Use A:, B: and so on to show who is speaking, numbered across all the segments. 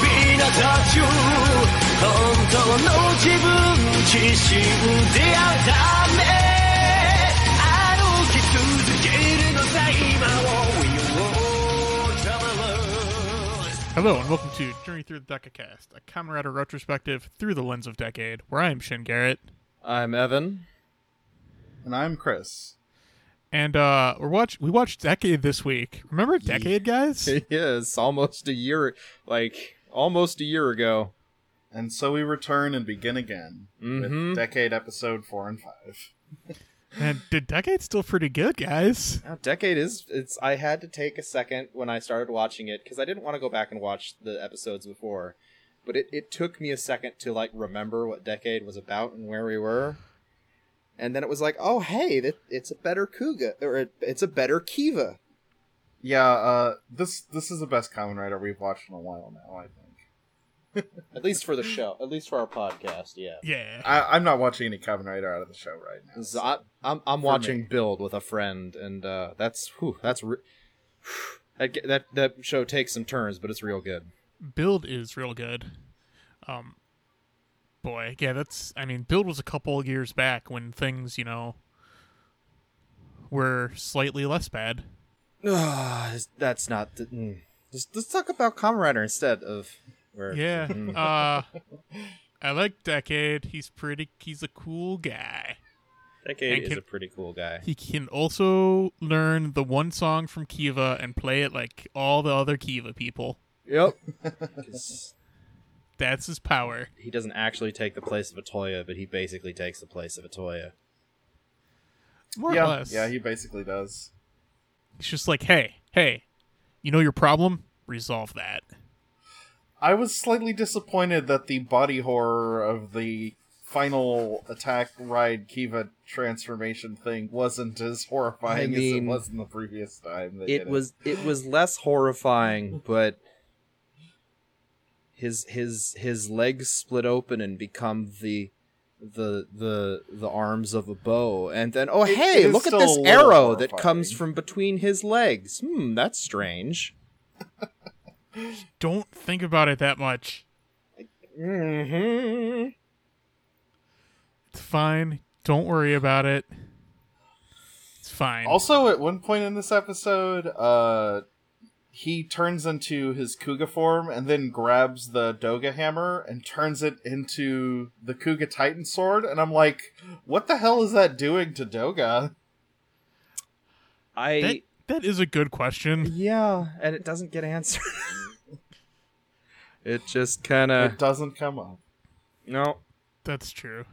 A: た中本当の自分自身であるため歩き続けるのさ今を We will travel
B: Hello and welcome to Journey Through the Decacast, a Comrade retrospective through the lens of decade, where I am Shin Garrett,
C: I'm Evan.
D: And I'm Chris.
B: and uh, we're watch we watched Decade this week. Remember Decade, guys?
C: It is almost a year, like almost a year ago.
D: And so we return and begin again
C: Mhm.
D: with Decade Episode 4 and 5.
B: And did Decade's still pretty good, guys?
C: Now, decade is it's. I had to take a second when I started watching it because I didn't want to go back and watch the episodes before, but it it took me a second to like remember what decade was about and where we were, and then it was like, oh hey, that it's a better Kuga or it, it's a better Kiva.
D: Yeah, uh, this this is the best Common Rider we've watched in a while now, I think.
C: At least for the show, at least for our podcast, yeah.
B: Yeah.
D: I, I'm not watching any Common Rider out of the show right now.
C: So I, I'm I'm
D: For
C: watching
D: me.
C: Build with a friend, and uh, that's whew, that's re- that ge- that that show takes some turns, but it's real good.
B: build is real good. Um, boy, yeah, that's. I mean, build was a couple of years back when things, you know, were slightly less bad.
C: Ugh, that's not. The, mm. Let's- let's talk about Kamen Rider instead of. Where,
B: Yeah.
C: Mm.
B: Uh, I like Decade. He's pretty. He's a cool guy.
C: Decade
B: and
C: is
B: can-
C: a pretty cool guy.
B: He can also learn the one song from Kiva and play it like all the other Kiva people.
C: Yep. 'Cause
B: That's his power.
C: he doesn't actually take the place of Atoya, but he basically takes the place of Atoya.
B: More
D: yeah,
B: or less.
D: yeah, he basically does.
B: It's just like, hey, hey, you know your problem? Resolve that.
D: I was slightly disappointed that the body horror of the final attack ride Kiva transformation thing wasn't as horrifying
C: I
D: as it
C: mean,
D: was in the previous time. They did
C: it was it was less horrifying, but his his his legs split open and become the the the the arms of a bow, and then oh
D: It-
C: hey,
D: it is
C: look at
D: still
C: this
D: a little
C: arrow that
D: horrifying.
C: comes from between his legs. Hmm, that's strange.
B: Don't think about it that much.
C: Mm-hmm.
B: It's fine. Don't worry about it. It's fine.
D: Also, at one point in this episode, uh, he turns into his Kuga form and then grabs the Doga hammer and turns it into the Kuga Titan sword. And I'm like, what the hell is that doing to Doga?
C: I
B: that, that is a good question.
C: yeah, and it doesn't get answered. it just kind of
D: It doesn't come up.
C: no.
B: That's true.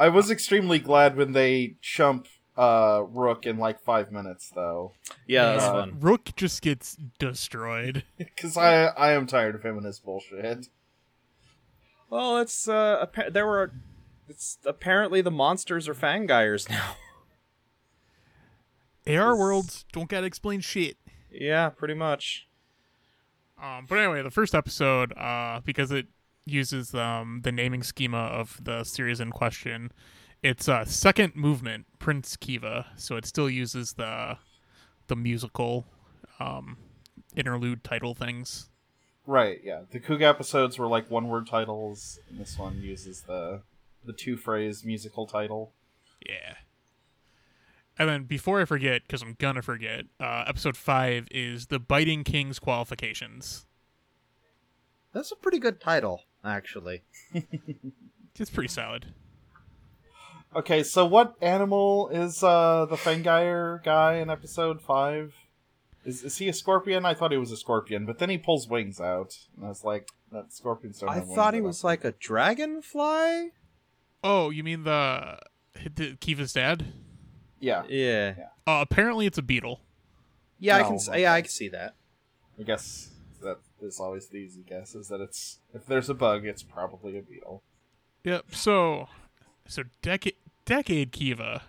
D: I was extremely glad when they chump uh, Rook in like five minutes, though,
C: Yeah,
D: that's
C: that's
D: Uh,
C: fun.
B: Rook just gets destroyed.
D: because I I am tired of him and his bullshit.
C: Well, it's uh, appa- there were. It's apparently the monsters are fangires now.
B: AR worlds don't gotta explain shit.
C: yeah, pretty much.
B: Um, but anyway, the first episode, uh, because it uses um, the naming schema of the series in question, it's uh, second movement Prince Kiva, so it still uses the the musical um, interlude title things.
D: Right, yeah. The Kuga episodes were like one word titles, and this one uses the the two phrase musical title.
B: Yeah. And then before I forget, because I'm gonna forget, uh, episode five is the Biting King's qualifications.
C: That's a pretty good title, actually.
B: It's pretty solid.
D: Okay, so what animal is uh the Fangire guy in episode five? Is is he a scorpion? I thought he was a scorpion, but then he pulls wings out, and I was like, that scorpions don't
C: I
D: have wings,
C: thought he
D: I
C: was
D: don't
C: like a dragonfly.
B: Oh, you mean the, the Kiva's dad?
D: think." yeah,
C: Yeah,
B: Uh, apparently, it's a beetle.
C: yeah, I
D: No,
C: can. s-
D: okay.
C: Yeah, I can see that.
D: I guess that is always the easy guess is that it's if there's a bug, it's probably a beetle.
B: Yep. So, so decade decade Kiva.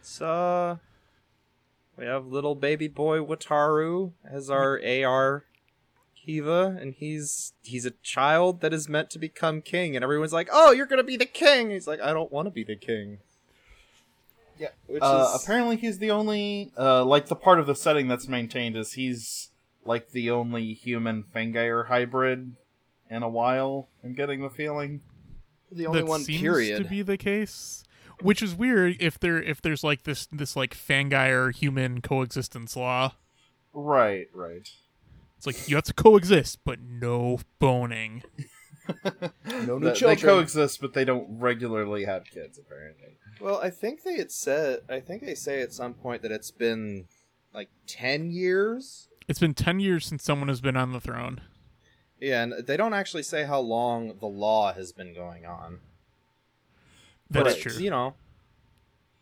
C: So we have little baby boy Wataru as our AR Kiva, and he's he's a child that is meant to become king, and everyone's like, "Oh, you're gonna be the king." He's like, "I don't want to be the king."
D: Yeah,
C: which
D: Uh,
C: is
D: apparently he's the only uh, like the part of the setting that's maintained is he's like the only human Fangire hybrid in a while. I'm getting the feeling.
C: The only
B: that
C: one,
B: seems
C: period.
B: to be the case. Which is weird if there if there's like this this like fangire human coexistence law.
D: Right, right.
B: It's like you have to coexist, but no boning.
C: No
D: Th- they coexist, but they don't regularly have kids. Apparently,
C: Well, I think they had said. I think they say at some point that it's been like ten years.
B: It's been ten years since someone has been on the throne.
C: Yeah, and they don't actually say how long the law has been going on.
B: That's
C: but,
B: true.
C: You know,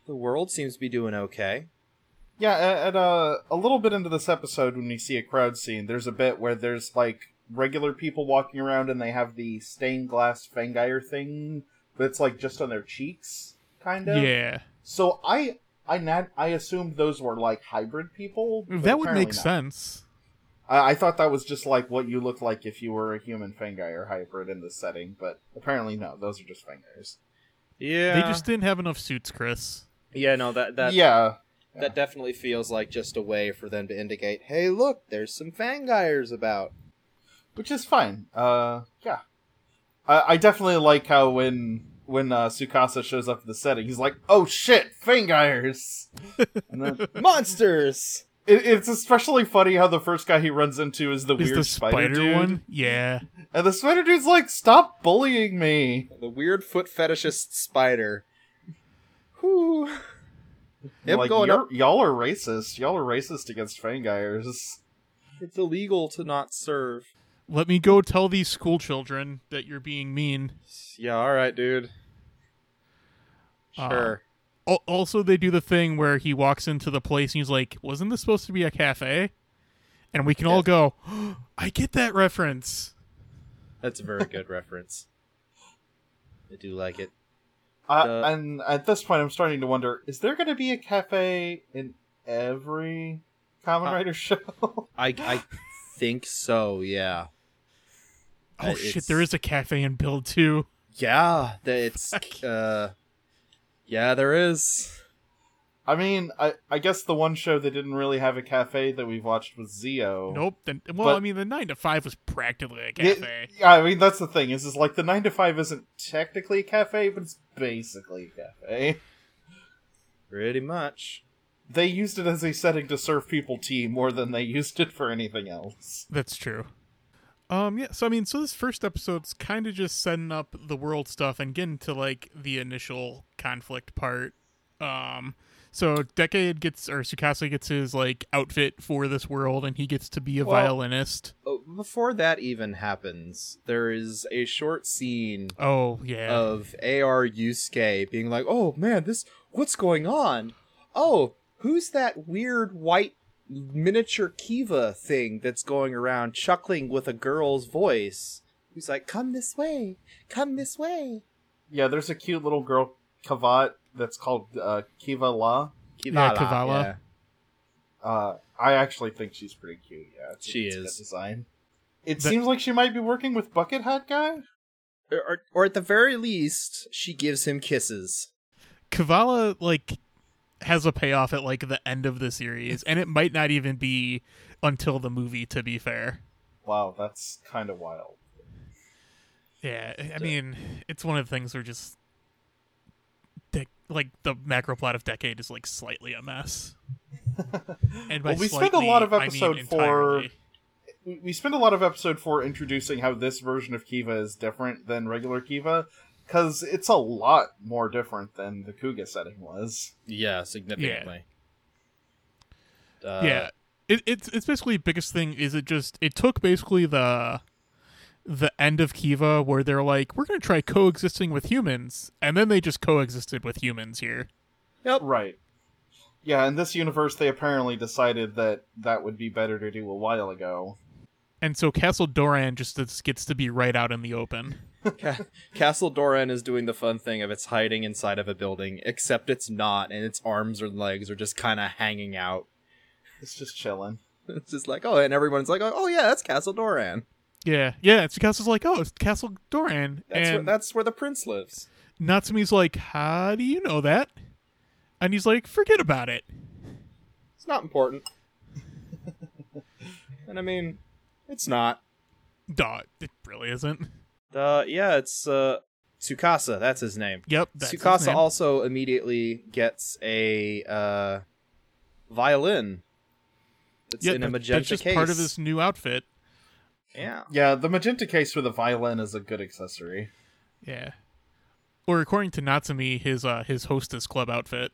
C: the world seems to be doing okay.
D: yeah. a- At uh, a little bit into this episode, when we see a crowd scene, there's a bit where there's like regular people walking around, and they have the stained glass fangire thing, but it's like just on their cheeks, kind of.
B: yeah,
D: So I I nat- I assumed those were like hybrid people. but
B: that would
D: apparently
B: make
D: not.
B: sense.
D: I-, I thought that was just like what you look like if you were a human Fangire hybrid in this setting, but apparently no, those are just Fangires.
C: Yeah,
B: They just didn't have enough suits, Chris.
C: yeah. No, that that
D: yeah,
C: that definitely feels like just a way for them to indicate, hey, look, there's some fangires about.
D: which is fine. Uh, yeah, I, I definitely like how when when uh, Sukasa shows up at the setting, he's like, "Oh shit, Fangires!" and then,
C: Monsters.
D: it, it's especially funny how the first guy he runs into is the
B: Is
D: weird
B: the spider,
D: dude,
B: one? Yeah,
D: and the spider dude's like, "Stop bullying me."
C: the weird foot fetishist spider. Whew. Him
D: like,
C: going
D: "You're-
C: up,
D: y'all are racist. Y'all are racist against Fangires.
C: it's illegal to not serve.
B: let me go tell these school children that you're being mean.
C: Yeah, all right, dude.
B: Uh,
C: Sure.
B: Al- also they do the thing where he walks into the place and he's like wasn't this supposed to be a cafe and we can all
C: Yes.
B: go "Oh, i get that reference
C: That's a very good reference. I do like it.
D: I,
C: The-
D: Uh, and at this point, I'm starting to wonder: is there going to be a cafe in every Common
C: Uh,
D: Rider show?
C: I I think so. Yeah.
B: oh
C: Uh,
B: shit
C: it's-
B: there is a cafe in build 2
C: Yeah. that It's uh. Yeah, there is.
D: I mean, I, I guess the one show that didn't really have a cafe that we've watched was Zio.
B: nope then, well
D: Oh. But-
B: i mean the 9 to 5 was practically a
D: It-
B: cafe
D: yeah, I mean that's the thing is, is like the nine to five isn't technically a cafe, but it's basically a cafe.
C: Pretty much.
D: They used it as a setting to serve people tea more than they used it for anything else.
B: that's true um yeah so i mean so this first episode's kind of just setting up the world stuff and getting to like the initial conflict part um so decade gets or sukasa gets his like outfit for this world and he gets to be a
D: Well-
B: violinist
C: Oh, before that even happens, there is a short scene
B: oh yeah
C: of AR Yusuke being like, "Oh man, this what's going on? Oh, who's that weird white miniature Kiva thing that's going around chuckling with a girl's voice?" Who's like, "Come this way, come this way."
D: Yeah, there's a cute little girl Kavat that's called uh, Kiva La.
B: Yeah,
C: Kivala,
B: Kivala.
C: yeah.
D: Uh, I actually think she's pretty cute. Yeah, it's,
C: She
D: it's a good
C: is.
D: design. It
B: The-
D: seems like she might be working with Bucket Hat Guy.
C: Or, or, or at the very least, she gives him kisses.
B: Kavala like has a payoff at like the end of the series, and it might not even be until the movie. To be fair,
D: Wow, that's kind of wild.
B: yeah. I- I mean, it's one of the things where just dec- like the macro plot of Decade is like slightly a mess. and by
D: Well, we spent a lot of
B: slightly, I mean
D: episode four-
B: entirely.
D: We we spend a lot of episode four introducing how this version of Kiva is different than regular Kiva, because it's a lot more different than the Kuga setting was.
C: Yeah,
B: significantly.
C: Uh,
B: yeah, it, it's it's basically biggest thing is it just it took basically the the end of Kiva where they're like we're gonna try coexisting with humans, and then they just coexisted with humans here.
D: Right. Yeah, in this universe, they apparently decided that that would be better to do a while ago.
B: And so Castle Doran just is- gets to be right out in the open.
C: Ca- Castle Doran is doing the fun thing of it's hiding inside of a building, except it's not, and its arms or legs are just kind of hanging out.
D: It's just chilling.
C: It's just like, oh, and everyone's like, oh, yeah, that's Castle Doran.
B: Yeah, yeah. It's Castle's like, oh, it's Castle Doran,
C: That's where,
B: and
C: that's where the prince lives.
B: Natsumi's like, how do you know that? And he's like, forget about it.
C: It's not important. and I mean, it's not.
B: Duh, it really isn't.
C: Uh, yeah, it's uh, Tsukasa. That's his name.
B: Yep, that's his
C: Tsukasa
B: name.
C: also immediately gets a uh, violin. It's
B: Yeah,
C: in a
B: that-
C: magenta
B: that's just
C: case.
B: part of his new outfit.
C: Yeah.
D: Yeah, the magenta case with a violin is a good accessory.
B: Yeah. Or according to Natsumi, his uh his hostess club outfit.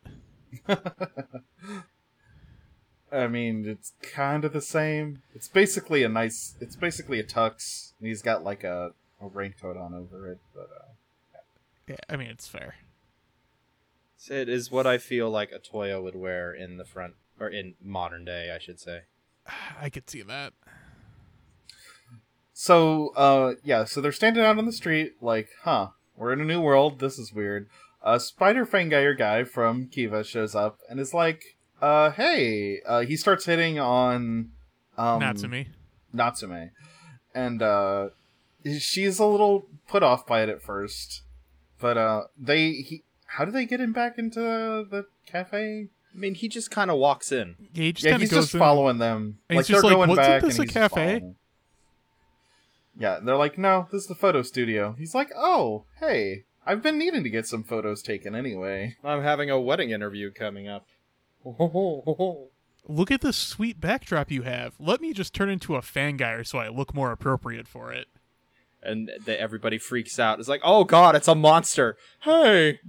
D: I mean, it's kind of the same. It's basically a nice. It's basically a tux, and he's got like a, a raincoat on over it. But uh,
B: Yeah, I mean it's fair.
C: It is what I feel like a Toyo would wear in the front, or in modern day, I should say.
B: I could see that.
D: so, uh, yeah. So they're standing out on the street, like, huh, we're in a new world. This is weird. A spider fangier guy from Kiva shows up and is like, uh, hey. Uh, he starts hitting on um,
B: Natsumi.
D: Natsume. And uh she's a little put off by it at first. But uh they he how do they get him back into the, the cafe?
C: I mean, he just kind of walks in.
B: Yeah, he just
D: yeah,
B: kinda
D: he's
B: goes
D: just
B: in-
D: following them.
B: and
D: like
B: he's just
D: they're
B: like,
D: going
B: "Wasn't
D: back
B: this
D: and
B: a
D: he's just
B: cafe?"
D: following. Yeah, they're like, "No, this is the photo studio." He's like, "Oh, hey, I've been needing to get some photos taken anyway."
C: I'm having a wedding interview coming up.
B: Look at this sweet backdrop you have. Let me just turn into a fan guy so I look more appropriate for it.
C: and they, everybody freaks out. It's like, oh god, it's a monster. Hey,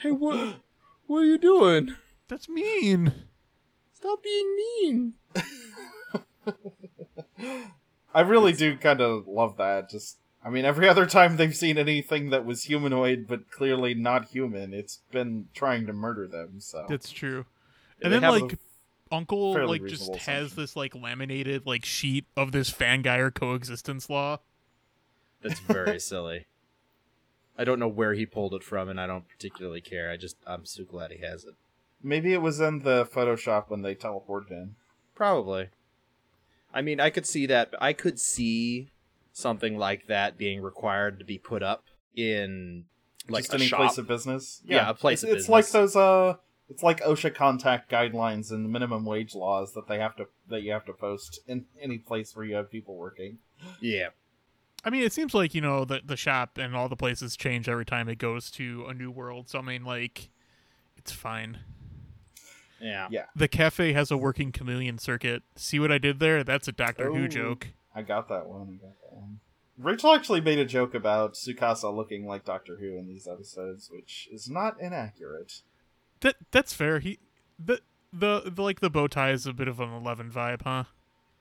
C: hey, what, what are you doing?
B: That's mean.
C: Stop being mean.
D: I really do kind of love that. Just I mean, every other time they've seen anything that was humanoid but clearly not human, it's been trying to murder them, so.
B: That's true.
C: Yeah,
B: And
C: they
B: then
C: have a
B: like Uncle
D: fairly
B: like just
D: reasonable
B: has
D: assumption.
B: this like laminated like sheet of this Fangier coexistence law.
C: That's very silly. I don't know where he pulled it from, and I don't particularly care. I just, I'm so glad he has it.
D: Maybe it was in the Photoshop when they teleported in.
C: Probably. I mean, I could see that. I could see something like that being required to be put up in like
D: Just
C: a
D: any
C: shop.
D: place of business.
C: Yeah, a place
D: It's,
C: of
D: it's like
C: business.
D: those uh it's like OSHA contact guidelines and minimum wage laws that they have to that you have to post in any place where you have people working.
C: yeah,
B: I mean, it seems like you know the the shop and all the places change every time it goes to a new world. So I mean, like, it's fine.
C: yeah.
D: Yeah.
B: The cafe has a working chameleon circuit. See what I did there? That's a Doctor
D: Oh.
B: Who joke.
D: I got that one. I got that one. Rachel actually made a joke about Tsukasa looking like Doctor Who in these episodes, which is not inaccurate.
B: That that's fair. He the the, the like the bow tie is a bit of an eleven vibe, huh?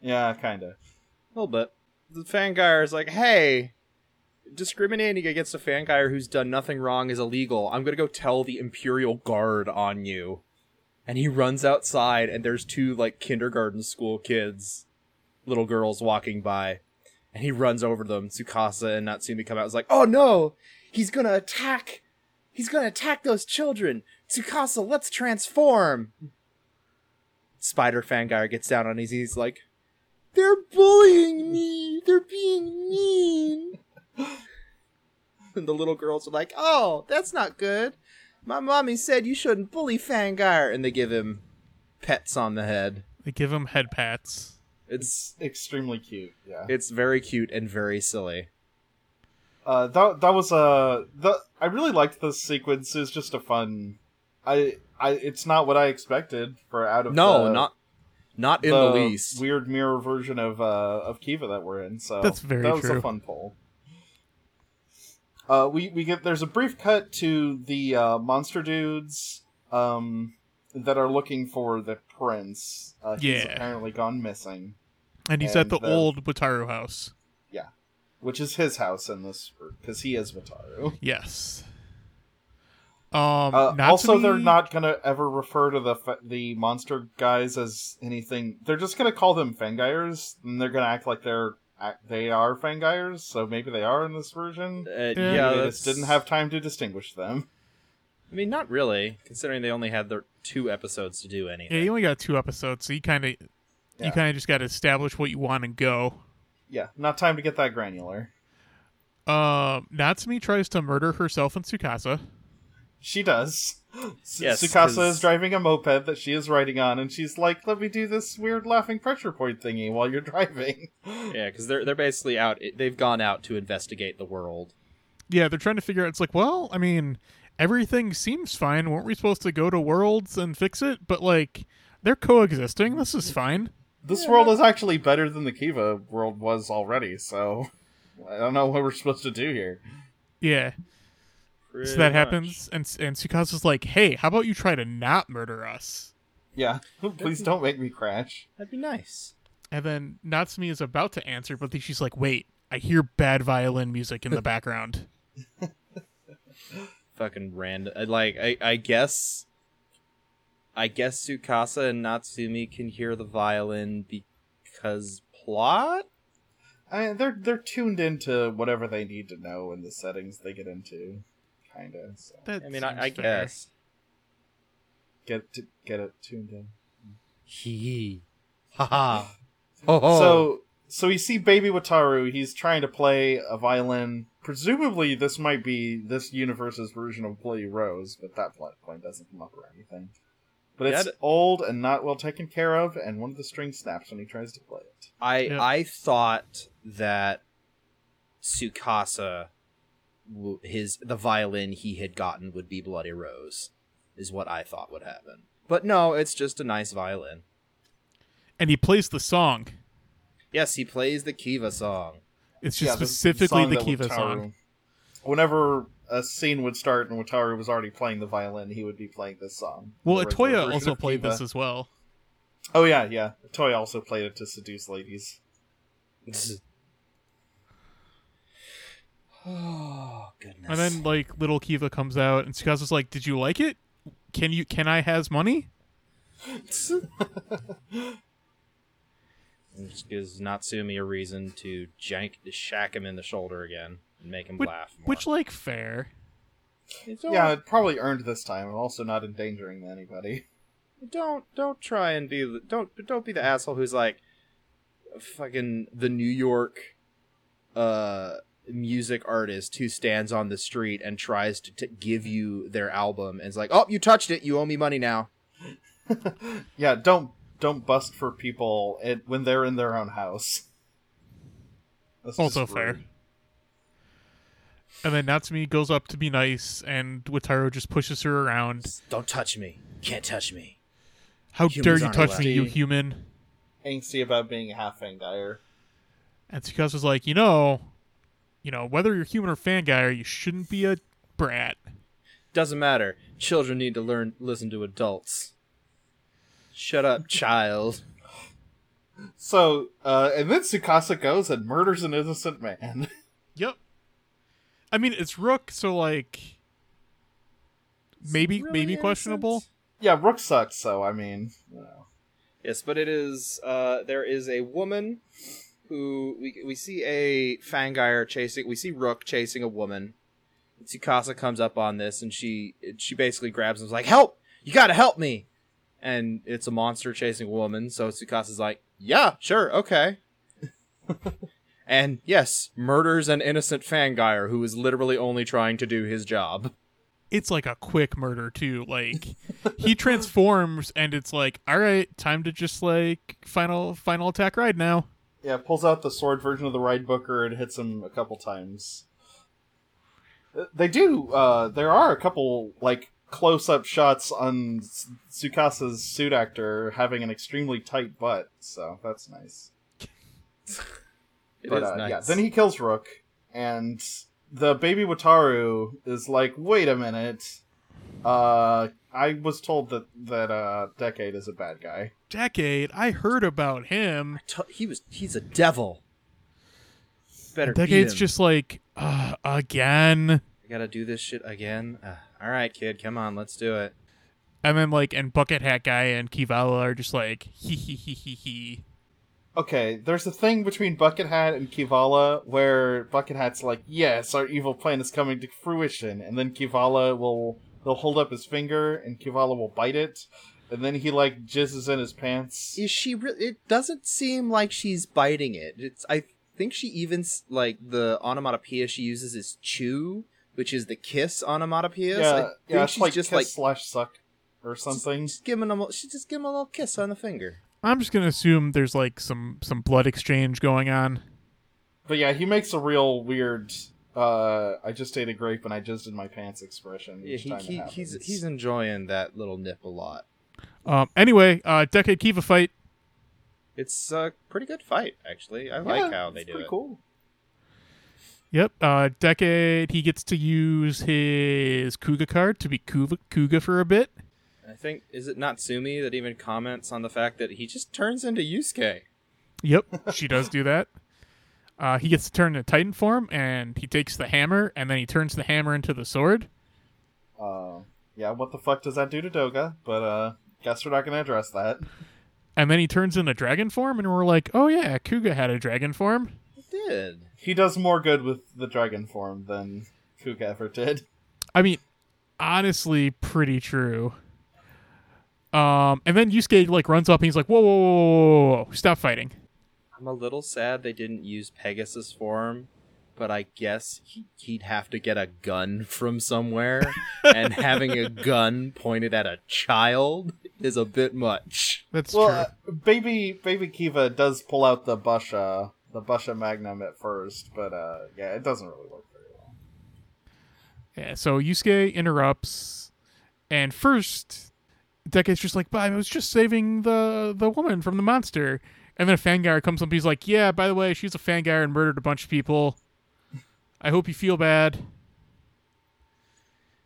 D: Yeah, kind of.
C: A little bit. The Fangier is like, hey, discriminating against a Fangier who's done nothing wrong is illegal. I'm going to go tell the Imperial Guard on you. And he runs outside, and there's two, like, kindergarten school kids, little girls walking by. And he runs over to them. Tsukasa and Natsumi come out. It's like, oh no, he's going to attack. He's going to attack those children. Tsukasa, let's transform. Spider Fangier gets down on his knees, he's like, they're bullying me. They're being mean. and the little girls are like, "Oh, that's not good. My mommy said you shouldn't bully Fangar." And they give him pets on the head.
B: They give him head pats.
C: It's
D: Extremely cute. Yeah.
C: it's very cute and very silly.
D: Uh, that that was a the I really liked this sequence. It's just a fun. I I it's not what I expected for out of
C: No,
D: the-
C: not not in the, least.
D: weird mirror version of uh of Kiva that we're in. So
B: That's very
D: that was a
B: true.
D: fun poll. Uh, we we get there's a brief cut to the uh, monster dudes um that are looking for the prince. Uh, he's
B: Yeah.
D: apparently gone missing,
B: And he's at
D: And
B: the
D: the-
B: old Wataru house.
D: which is his house in this because he is Wataru.
B: Yes. Um.
D: Uh, also, they're
B: Natsumi-
D: not gonna ever refer to the fa- the monster guys as anything. They're just gonna call them Fangires, and they're gonna act like they're act- they are Fangires. So maybe they are in this version.
C: Uh, yeah,
B: Yeah,
D: they
C: that's-
D: just didn't have time to distinguish them.
C: I mean, not really, considering they only had their two episodes to do anything.
B: Yeah, you only got two episodes, so you kind of,
D: Yeah.
B: you kind of just got to establish what you want and go.
D: Yeah, not time to get that granular.
B: Um, Natsumi tries to murder herself and Tsukasa.
D: She does. S-
E: Yes,
D: Sukasa
E: 'cause-
D: is driving a moped that she is riding on, and she's like, "Let me do this weird laughing pressure point thingy while you're driving."
C: Yeah, because they're they're basically out. They've gone out to investigate the world.
B: Yeah, they're trying to figure out. It's like, well, I mean, everything seems fine. Weren't we supposed to go to Worlds and fix it? But like, they're coexisting. This is fine.
D: This world is actually better than the Kiva world was already, so I don't know what we're supposed to do here.
B: Yeah. so that happens, and and Sukasa's like, hey, how about you try to not murder us?
D: Yeah, please don't make me crash.
C: That'd be nice.
B: And then Natsumi is about to answer, but then she's like, wait, I hear bad violin music in the background.
C: Fucking random. uh, Like I, I guess, I guess Tsukasa and Natsumi can hear the violin because plot.
D: I, they're they're tuned into whatever they need to know in the settings they get into, kind of. So
B: That
C: I mean,
B: seems
C: I, I
B: fair.
C: guess.
D: get to get it tuned in.
C: Hee, ha ha. Oh,
D: So so you see baby Wataru, he's trying to play a violin. Presumably this might be this universe's version of Bloody Rose, but that plot point doesn't come up or anything. But it's
C: Yeah, d-
D: old and not well taken care of, and one of the strings snaps when he tries to play it.
C: I
B: Yeah.
C: I thought that Tsukasa, w- his the violin he had gotten would be Bloody Rose, is what I thought would happen. But no, it's just a nice violin.
B: And he plays the song.
C: Yes, he plays the Kiva song.
B: It's just
D: Yeah, the- the
B: specifically
D: song
B: the,
D: that
B: Kiva
D: Wataru-
B: song.
D: Whenever a scene would start and Wataru was already playing the violin, he would be playing this song.
B: Well,
D: The original
B: Atoya
D: version
B: also
D: of
B: played
D: Kiva.
B: this as well.
D: Oh yeah, yeah. Toy also played it to seduce ladies.
C: oh goodness!
B: And then like little Kiva comes out, and Tsukasa's like, "Did you like it? Can you? Can I has money?"
C: It just gives Natsumi a reason to jank, to shack him in the shoulder again and make him
B: Which,
C: laugh. More.
B: which like fair.
D: Yeah, it probably earned this time, and also not endangering anybody.
C: don't don't try and be the- don't don't be the asshole who's like fucking the New York uh music artist who stands on the street and tries to t- give you their album and is like, "Oh, you touched it. You owe me money now."
D: Yeah, don't don't bust for people it, when they're in their own house. That's
B: Also
D: just
B: fair.
D: rude.
B: And then Natsumi goes up to be nice, and Wataru just pushes her around.
C: Don't touch me. Can't touch me.
B: How
C: Humans
B: dare you
C: aren't
B: touch
C: allowed.
B: me, you
D: See.
B: human?
D: Angsty about being a half fangire.
B: And Tsukasa's like, you know, you know, whether you're human or fangire, you shouldn't be a brat.
C: Doesn't matter. Children need to learn listen to adults. Shut up, child.
D: So, uh, and then Tsukasa goes and murders an innocent man.
B: Yep. I mean, it's Rook, so like, maybe
C: Really
B: maybe
C: innocent?
B: questionable.
D: yeah, Rook sucks. So I mean, you know.
C: Yes, but it is. Uh, there is a woman who we we see a Fangire chasing. We see Rook chasing a woman. Tsukasa comes up on this, and she she basically grabs him, and is like, "Help! You gotta help me!" And it's a monster chasing a woman. So Tsukasa's like, "Yeah, sure, okay." and yes, murders an innocent Fangire who is literally only trying to do his job.
B: It's like a quick murder too. Like, he transforms, and it's like, all right, time to just like final final attack ride now.
D: yeah, pulls out the sword version of the ride booker and hits him a couple times. Uh, They do. Uh, there are a couple like close-up shots on S- Tsukasa's suit actor having an extremely tight butt, so that's nice.
C: It
D: But,
C: is
D: uh,
C: nice.
D: Yeah, then he kills Rook, and the baby Wataru is like, "Wait a minute, uh, I was told that that uh, Decade is a bad guy."
B: Decade, I heard about him.
C: T- he was he's a devil. Better beat
B: Decade's
C: him.
B: just like, uh, again.
C: I gotta do this shit again. Uh, all right, kid, come on, let's do it.
B: And then like, and Bucket Hat Guy and Kivala are just like, hee hee hee hee hee.
D: Okay, there's a thing between Bucket Hat and Kivala where Bucket Hat's like, "Yes, our evil plan is coming to fruition," and then Kivala will they'll hold up his finger and Kivala will bite it, and then he like jizzes in his pants.
C: Is she? Re- it doesn't seem like she's biting it. It's. I think she even s- like the onomatopoeia she uses is chew, which is the kiss onomatopoeias. I
D: yeah,
C: think
D: yeah, it's
C: she's
D: like
C: just
D: kiss
C: like
D: slash suck or something.
C: Just give him a, she just give him a little kiss on the finger.
B: I'm just gonna assume there's like some some blood exchange going on.
D: But yeah, he makes a real weird. Uh, I just ate a grape and I jizzed in my pants expression
C: Yeah,
D: each
C: he,
D: time
C: he,
D: it
C: he's
D: happens.
C: he's enjoying that little nip a lot.
B: Um, anyway, uh, Decade Kiva fight.
C: It's a pretty good fight, actually. I
D: Yeah,
C: like how they
D: it's
C: do
D: pretty
C: it.
D: Cool.
B: Yep, uh, Decade. He gets to use his Kuga card to be Kuga, Kuga for a bit.
C: I think is it Natsumi that even comments on the fact that he just turns into Yusuke.
B: Yep, she does do that. Uh, he gets to turn into Titan form, and he takes the hammer, and then he turns the hammer into the sword.
D: Uh, yeah, what the fuck does that do to Doga? But uh, guess we're not gonna address that.
B: And then he turns into dragon form, and we're like, oh yeah, Kuga had a dragon form.
C: He did.
D: He does more good with the dragon form than Kuga ever did.
B: I mean, honestly, pretty true. Um, and then Yusuke like runs up and he's like, "Whoa, whoa, whoa, whoa, whoa, whoa. stop fighting!"
C: I'm a little sad they didn't use Pegasus form, but I guess he, he'd have to get a gun from somewhere, and having a gun pointed at a child is a bit much.
B: That's
D: well,
B: true.
D: uh, baby, baby Kiva does pull out the Busha, the Busha Magnum at first, but uh, yeah, it doesn't really work very well.
B: yeah. Eh, So Yusuke interrupts, and first, Deke's just like, "But I was just saving the the woman from the monster." And then a Fangar comes up. and He's like, "Yeah, by the way, she's a Fangar and murdered a bunch of people. I hope you feel bad."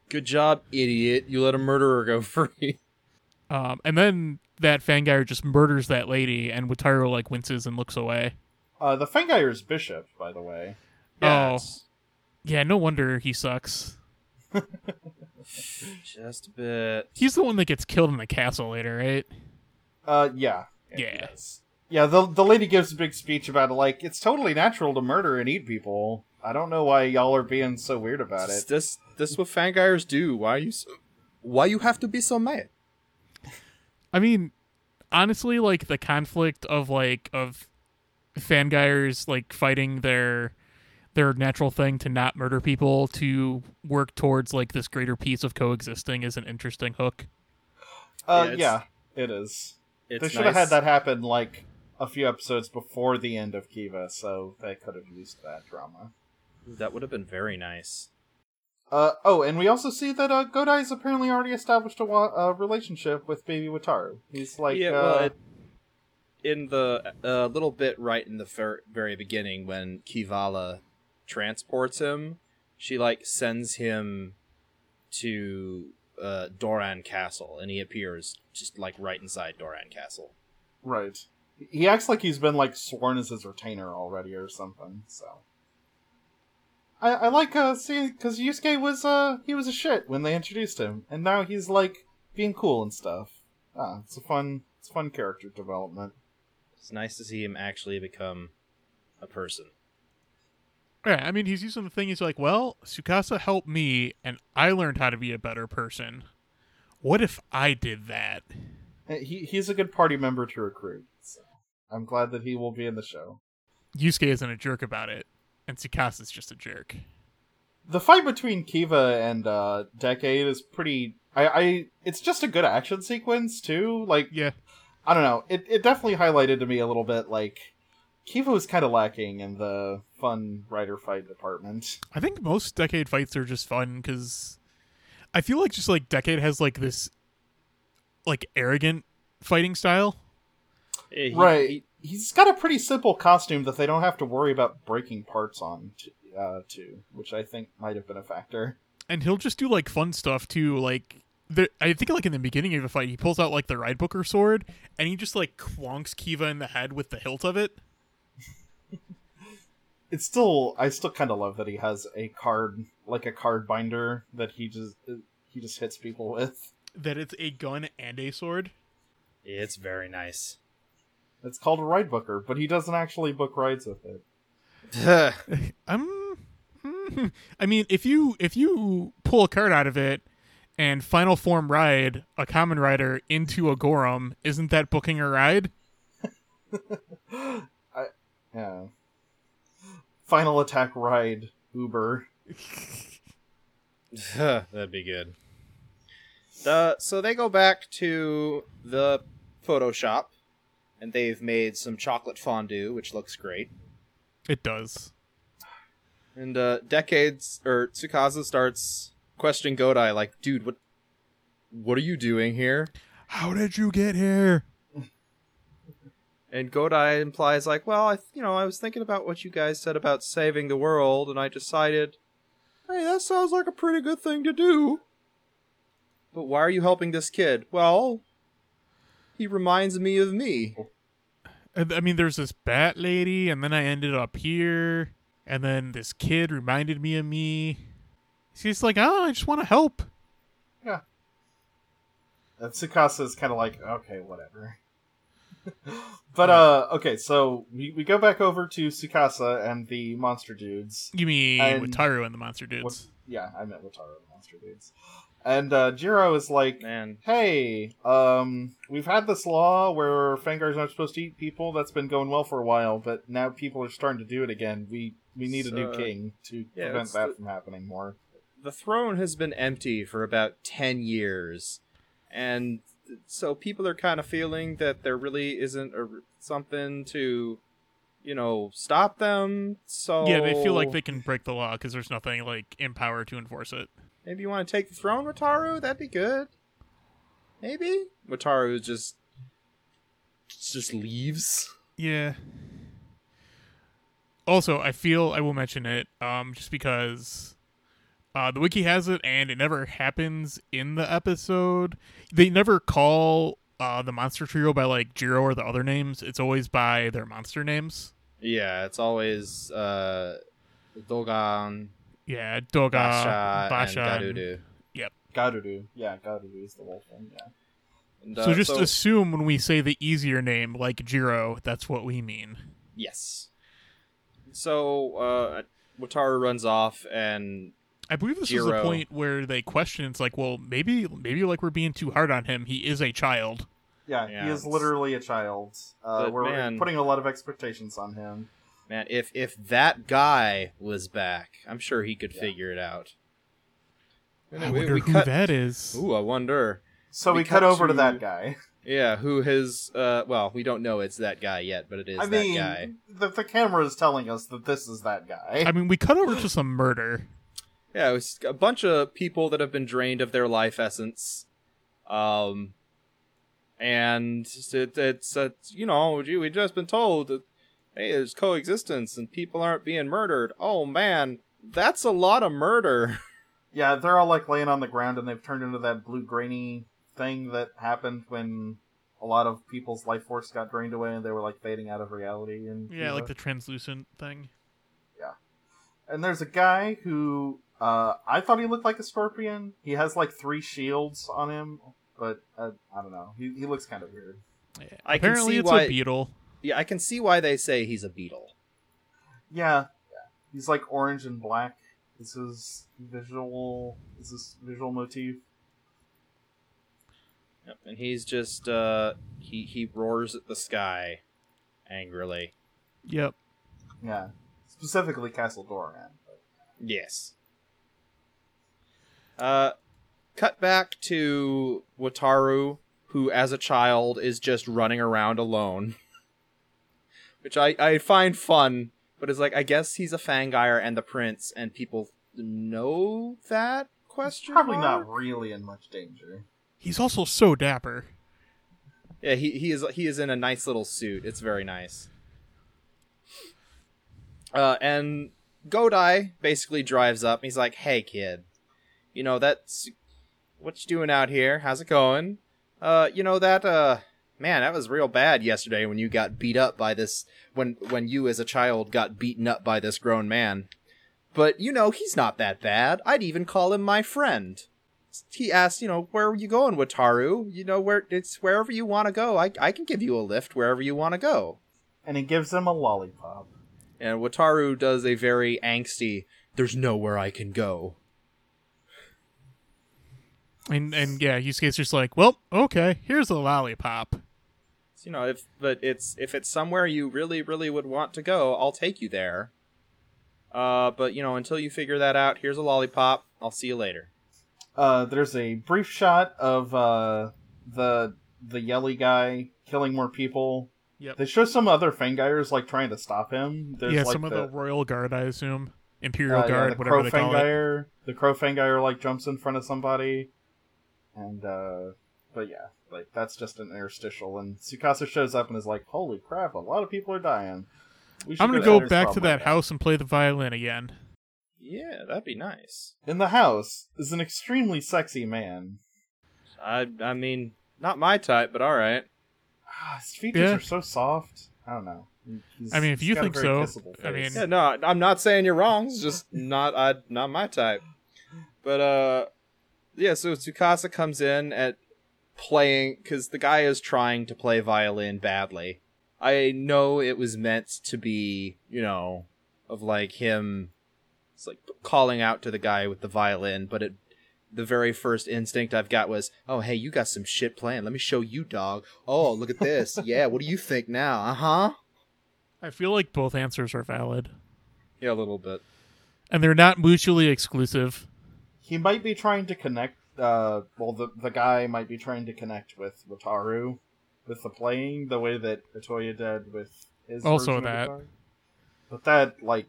C: Good job, idiot. You let a murderer go free.
B: Um, and then that Fangar just murders that lady, and Wataru like winces and looks away.
D: Uh, the Fangir's bishop, by the way.
B: Yeah, Oh. it's- Yeah, no wonder he sucks.
C: Just a bit.
B: He's the one that gets killed in the castle later, right?
D: Uh, yeah.
B: Yeah.
D: yes. Yeah, the, the lady gives a big speech about, like, it's totally natural to murder and eat people. I don't know why y'all are being so weird about
C: This,
D: it.
C: this this is what fangirls do. Why you so, why you have to be so mad?
B: I mean, honestly, like the conflict of like of fangires like fighting their their natural thing to not murder people to work towards like this greater piece of coexisting is an interesting hook.
D: Uh,
C: Yeah, it's-
D: yeah, it is.
C: It's
D: they should have had that happen, like, a few episodes before the end of Kiva, so they could have used that drama.
C: That would have been very nice.
D: Uh, oh, and we also see that uh, Godai's apparently already established a wa- uh, relationship with Baby Wataru. He's like,
C: yeah,
D: uh,
C: well, it, in the uh, little bit right in the fer- very beginning when Kivala transports him, she like sends him to uh, Doran Castle, and he appears just like right inside Doran Castle.
D: right. He acts like he's been like sworn as his retainer already or something. So, I, I like uh, see because Yusuke was uh he was a shit when they introduced him, and now he's like being cool and stuff. Ah, it's a fun it's a fun character development.
C: It's nice to see him actually become a person.
B: Yeah, I mean, he's using the thing. He's like, "Well, Sukasa helped me, and I learned how to be a better person. What if I did that?"
D: Uh, He he's a good party member to recruit. So I'm glad that he will be in the show.
B: Yusuke isn't a jerk about it, and Sukasa's just a jerk.
D: the fight between Kiva and uh, Decade is pretty. I, I it's just a good action sequence too. Like
B: Yeah,
D: I don't know, it it definitely highlighted to me a little bit like Kiva was kind of lacking in the fun rider fight department.
B: I think most decade fights are just fun because I feel like just like decade has like this like arrogant fighting style.
C: Eh, he-
D: right, he, has got a pretty simple costume that they don't have to worry about breaking parts on t- uh, too, which I think might have been a factor.
B: and he'll just do like fun stuff too like there, i think like in the beginning of the fight he pulls out like the ride booker sword and he just like clonks kiva in the head with the hilt of it
D: It's still I still kind of love that he has a card like a card binder that he just he just hits people with.
B: that it's a gun and a sword
C: It's very nice.
D: It's called a ride booker, but he doesn't actually book rides with it.
B: um mm, i mean if you if you pull a card out of it and final form ride a common rider into a gorum isn't that booking a ride
D: I, yeah. Final attack ride Uber.
C: That'd be good. The, so they go back to the Photoshop, and they've made some chocolate fondue, which looks great.
B: It does.
C: And uh, decades or Tsukasa starts questioning Godai, like, dude, what, what are you doing here?
B: How did you get here?
C: And Godai implies, like, well, I, you know, I was thinking about what you guys said about saving the world, and I decided, hey, that sounds like a pretty good thing to do. But why are you helping this kid? Well, he reminds me of me.
B: I Uh, I mean, there's this bat lady, and then I ended up here, and then this kid reminded me of me. She's like, oh, I just want to help.
D: Yeah. And Tsukasa's kind of like, okay, whatever. but, uh, okay, so we, we go back over to Tsukasa and the monster dudes.
B: You mean
D: And-
B: Wataru and the Monster Dudes?
D: What- yeah, I met Wataru, the monster dudes. And, uh, Jiro is like,
C: Man,
D: hey, um, we've had this law where Fangar's not supposed to eat people. That's been going well for a while, but now people are starting to do it again. We we need a new
C: So,
D: king to
C: yeah,
D: prevent
C: it's
D: that
C: the-
D: from happening more.
C: the throne has been empty for about 10 years. And so people are kind of feeling that there really isn't a, something to, you know, stop them. So
B: Yeah, they feel like they can break the law because there's nothing like in power to enforce it.
C: Maybe you want to take the throne, Wataru? That'd be good. Maybe Wataru just just leaves.
B: Yeah. Also, I feel I will mention it um, just because uh, the wiki has it and it never happens in the episode. They never call uh, the monster trio by like Jiro or the other names, it's always by their monster names.
C: Yeah, it's always uh, Dogan,
B: Yeah, Doga,
C: Basha,
B: Basha.
C: and Garudu.
D: Garudu. Yeah, Garudu is the wolf one, yeah.
C: And,
B: So
C: uh,
B: just assume when we say the easier name like Jiro, that's what we mean.
C: yes. So uh, Wataru runs off, and
B: I believe this is
C: Jiro.
B: the point where they question. It's like, well, maybe, maybe like we're being too hard on him. He is a child.
D: Yeah,
C: Yeah,
D: he is
C: it's-
D: literally a child. Uh,
C: But,
D: we're
C: man-
D: putting a lot of expectations on him.
C: man, if if that guy was back, I'm sure he could
D: Yeah.
C: figure it out. And
B: I
C: we-
B: wonder
C: we
B: who
C: cut-
B: that is.
C: Ooh, I wonder.
D: So we,
C: We
D: cut,
C: cut
D: over to,
C: to-
D: that guy.
C: Yeah, who his? Uh, well, we don't know it's that guy yet, but it is
D: I
C: that
D: mean,
C: guy.
D: The, the camera is telling us that this is that guy.
B: I mean, we cut over to some murder.
C: Yeah, it was a bunch of people that have been drained of their life essence. Um, and it, it's, it's, you know, gee, we've just been told that, hey, there's coexistence and people aren't being murdered. Oh, man, that's a lot of murder.
D: Yeah, they're all like laying on the ground and they've turned into that blue grainy thing that happened when a lot of people's life force got drained away and they were like fading out of reality and
B: Yeah, like the translucent thing.
D: and there's a guy who uh, I thought he looked like a scorpion. He has like three shields on him, but uh, I don't know. He, he looks kind of weird.
C: I can
B: Apparently,
C: see
B: it's
C: why-
B: a beetle.
C: Yeah, I can see why they say he's a beetle.
D: Yeah, yeah. He's like orange and black. This is visual. This is visual motif.
C: Yep. And he's just, uh, he, he roars at the sky angrily.
B: Yep.
D: Yeah, specifically Castle Doran.
C: Yes. Uh, cut back to Wataru, who as a child is just running around alone, which I, I find fun, but it's like I guess he's a Fangire and the prince, and people know that question.
D: Probably
C: mark?
D: not really in much danger.
B: He's also so dapper.
C: Yeah, he, he is he is in a nice little suit. It's very nice. Uh, and Godai basically drives up and he's like, "Hey, kid, you know that's what you doing out here? How's it going? Uh, you know that uh, man, that was real bad yesterday when you got beat up by this when when you as a child got beaten up by this grown man. But you know he's not that bad. I'd even call him my friend." he asked, you know, where are you going, Wataru? You know, where it's wherever you want to go. I, I can give you a lift wherever you want to go.
D: And he gives him a lollipop.
C: And Wataru does a very angsty, there's nowhere I can go.
B: And and yeah, Yusuke's just like, well, okay, here's a lollipop.
C: So, you know, if but it's if it's somewhere you really really would want to go, I'll take you there. Uh, but you know, until you figure that out, here's a lollipop. I'll see you later.
D: Uh, there's a brief shot of uh, the the yelly guy killing more people.
B: Yep.
D: They show some other Fangires like trying to stop him. There's
B: yeah,
D: like
B: some
D: the,
B: of the Royal Guard, I assume. Imperial
D: uh, yeah,
B: Guard,
D: the
B: whatever
D: Crow
B: they call it.
D: Fangire. The Crow Fangire like jumps in front of somebody, and uh, but yeah, like that's just an interstitial. And Tsukasa shows up and is like, "Holy crap! A lot of people are dying." We should
B: I'm gonna
D: go
B: go
D: Elder's
B: back to
D: Problem right
B: that
D: now."
B: house and play the violin again.
C: Yeah, that'd be nice.
D: In the house is an extremely sexy man.
C: I I mean, not my type, but all right.
D: Ah, his features
B: Yeah.
D: are so soft. I don't know. He's-
B: I mean, if
D: he's
B: you
D: got a
B: think
D: very
B: so,
D: kissable
B: I
D: face.
B: mean-
C: Yeah, no, I'm not saying you're wrong. It's just not I not my type. But uh, yeah. So Tsukasa comes in at playing because the guy is trying to play violin badly. I know it was meant to be, you know, of like him, it's like calling out to the guy with the violin. But it, the very first instinct I've got was, oh hey, you got some shit playing. Let me show you, dog. Oh look at this. yeah. What do you think now? Uh huh.
B: I feel like both answers are valid,
C: Yeah, a little bit.
B: and they're not mutually exclusive.
D: he might be trying to connect. Uh, well, the the guy might be trying to connect with Wataru, with the playing the way that Atoya did with his.
B: Also
D: version of
B: that.
D: guitar. but that like,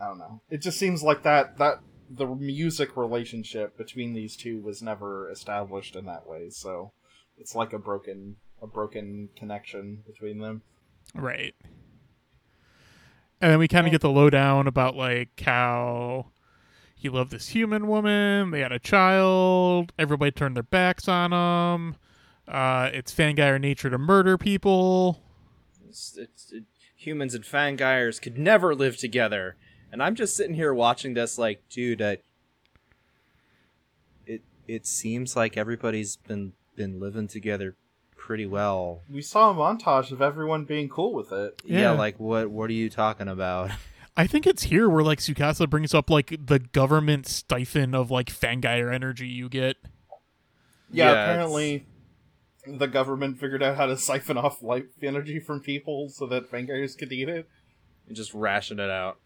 D: I don't know. It just seems like that that the music relationship between these two was never established in that way. So it's like a broken a broken connection between them.
B: Right. And then we kind of get the lowdown about like how he loved this human woman. They had a child. Everybody turned their backs on him. Uh, it's Fangire nature to murder people.
C: It's, it's, it, humans and fangires could never live together. And I'm just sitting here watching this, like, dude, I, it it seems like everybody's been been living together pretty well.
D: We saw a montage of everyone being cool with it.
C: Yeah,
B: Yeah.
C: like what what are you talking about?
B: I think it's here where like Sukasa brings up like the government stipend of like Fangire energy you get.
C: Yeah,
D: yeah, apparently the government figured out how to siphon off life energy from people so that vampires could eat it.
C: And just ration it out.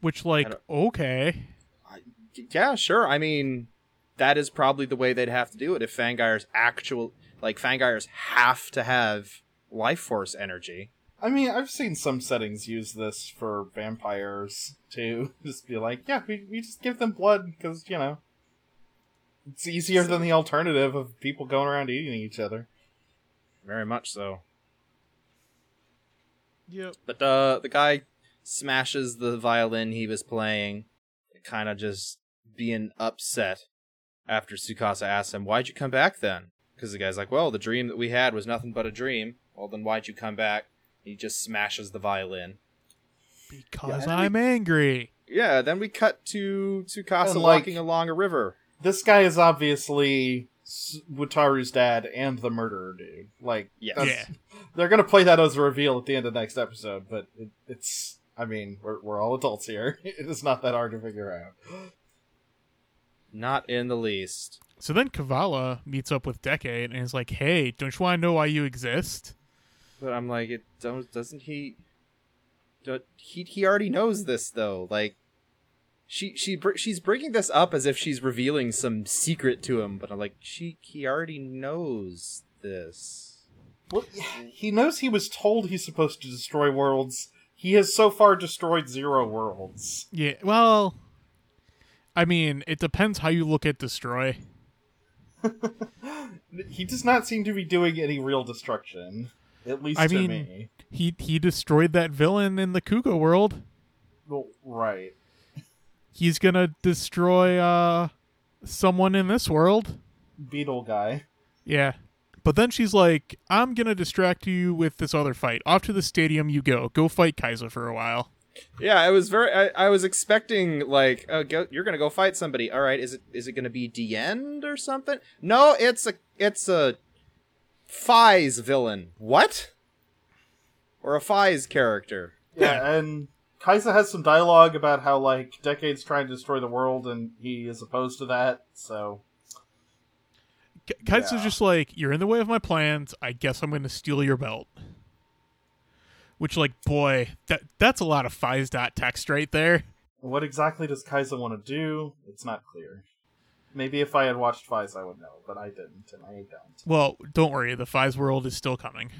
B: Which like
C: don't-
B: okay,
C: Yeah, sure. I mean, that is probably the way they'd have to do it if fangires actual like fangires have to have life force energy.
D: I mean, I've seen some settings use this for vampires to just be like, yeah, we, we just give them blood because, you know, it's easier than the alternative of people going around eating each other.
C: Very much so.
B: yep.
C: But uh, the guy smashes the violin he was playing, kind of just being upset after Tsukasa asks him, Why'd you come back then? Because the guy's like, Well, the dream that we had was nothing but a dream. Well, then why'd you come back? He just smashes the violin.
B: Because
C: Yeah, I
B: I'm angry.
C: Yeah, then we cut to Tsukasa
D: And, like-
C: walking along a river.
D: This guy is obviously S- Wataru's dad and the murderer dude. Like,
C: Yes.
D: that's-
B: Yeah.
D: they're gonna play that as a reveal at the end of next episode, but it, it's I mean we're we're all adults here. It is not that hard to figure out.
C: Not in the least.
B: So then Kavala meets up with Decade and is like, "Hey, don't you want to know why you exist?"
C: But I'm like, it don't, doesn't he? do- He he already knows this though. Like, she she br- she's bringing this up as if she's revealing some secret to him. But I'm like, she he already knows this.
D: Well, he knows he was told he's supposed to destroy worlds. He has so far destroyed zero worlds.
B: Yeah, well, I mean, it depends how you look at destroy.
D: He does not seem to be doing any real destruction, at least
B: I
D: to
B: mean-
D: me.
B: He he destroyed that villain in the Kuga world.
D: Well, right.
B: He's gonna destroy uh someone in this world.
D: Beetle guy.
B: Yeah. But then she's like, "I'm gonna distract you with this other fight. Off to the stadium you go. Go fight Kaiser for a while."
C: Yeah, I was very. I, I was expecting like, oh, go, you're gonna go fight somebody. All right, is it is it gonna be the end or something? No, it's a it's a Fi's villain. What? Or a Fi's character.
D: Yeah, and Kaisa has some dialogue about how like decades trying to destroy the world and he is opposed to that, so
B: K- Kaiser's
D: Yeah.
B: just like, "You're in the way of my plans. I guess I'm gonna steal your belt." Which, like, boy, that that's a lot of dot text right there.
D: What exactly does Kaiza want to do? It's not clear. Maybe if I had watched Fize, I would know, but I didn't, and I don't.
B: Well, don't worry, the Fize world is still coming.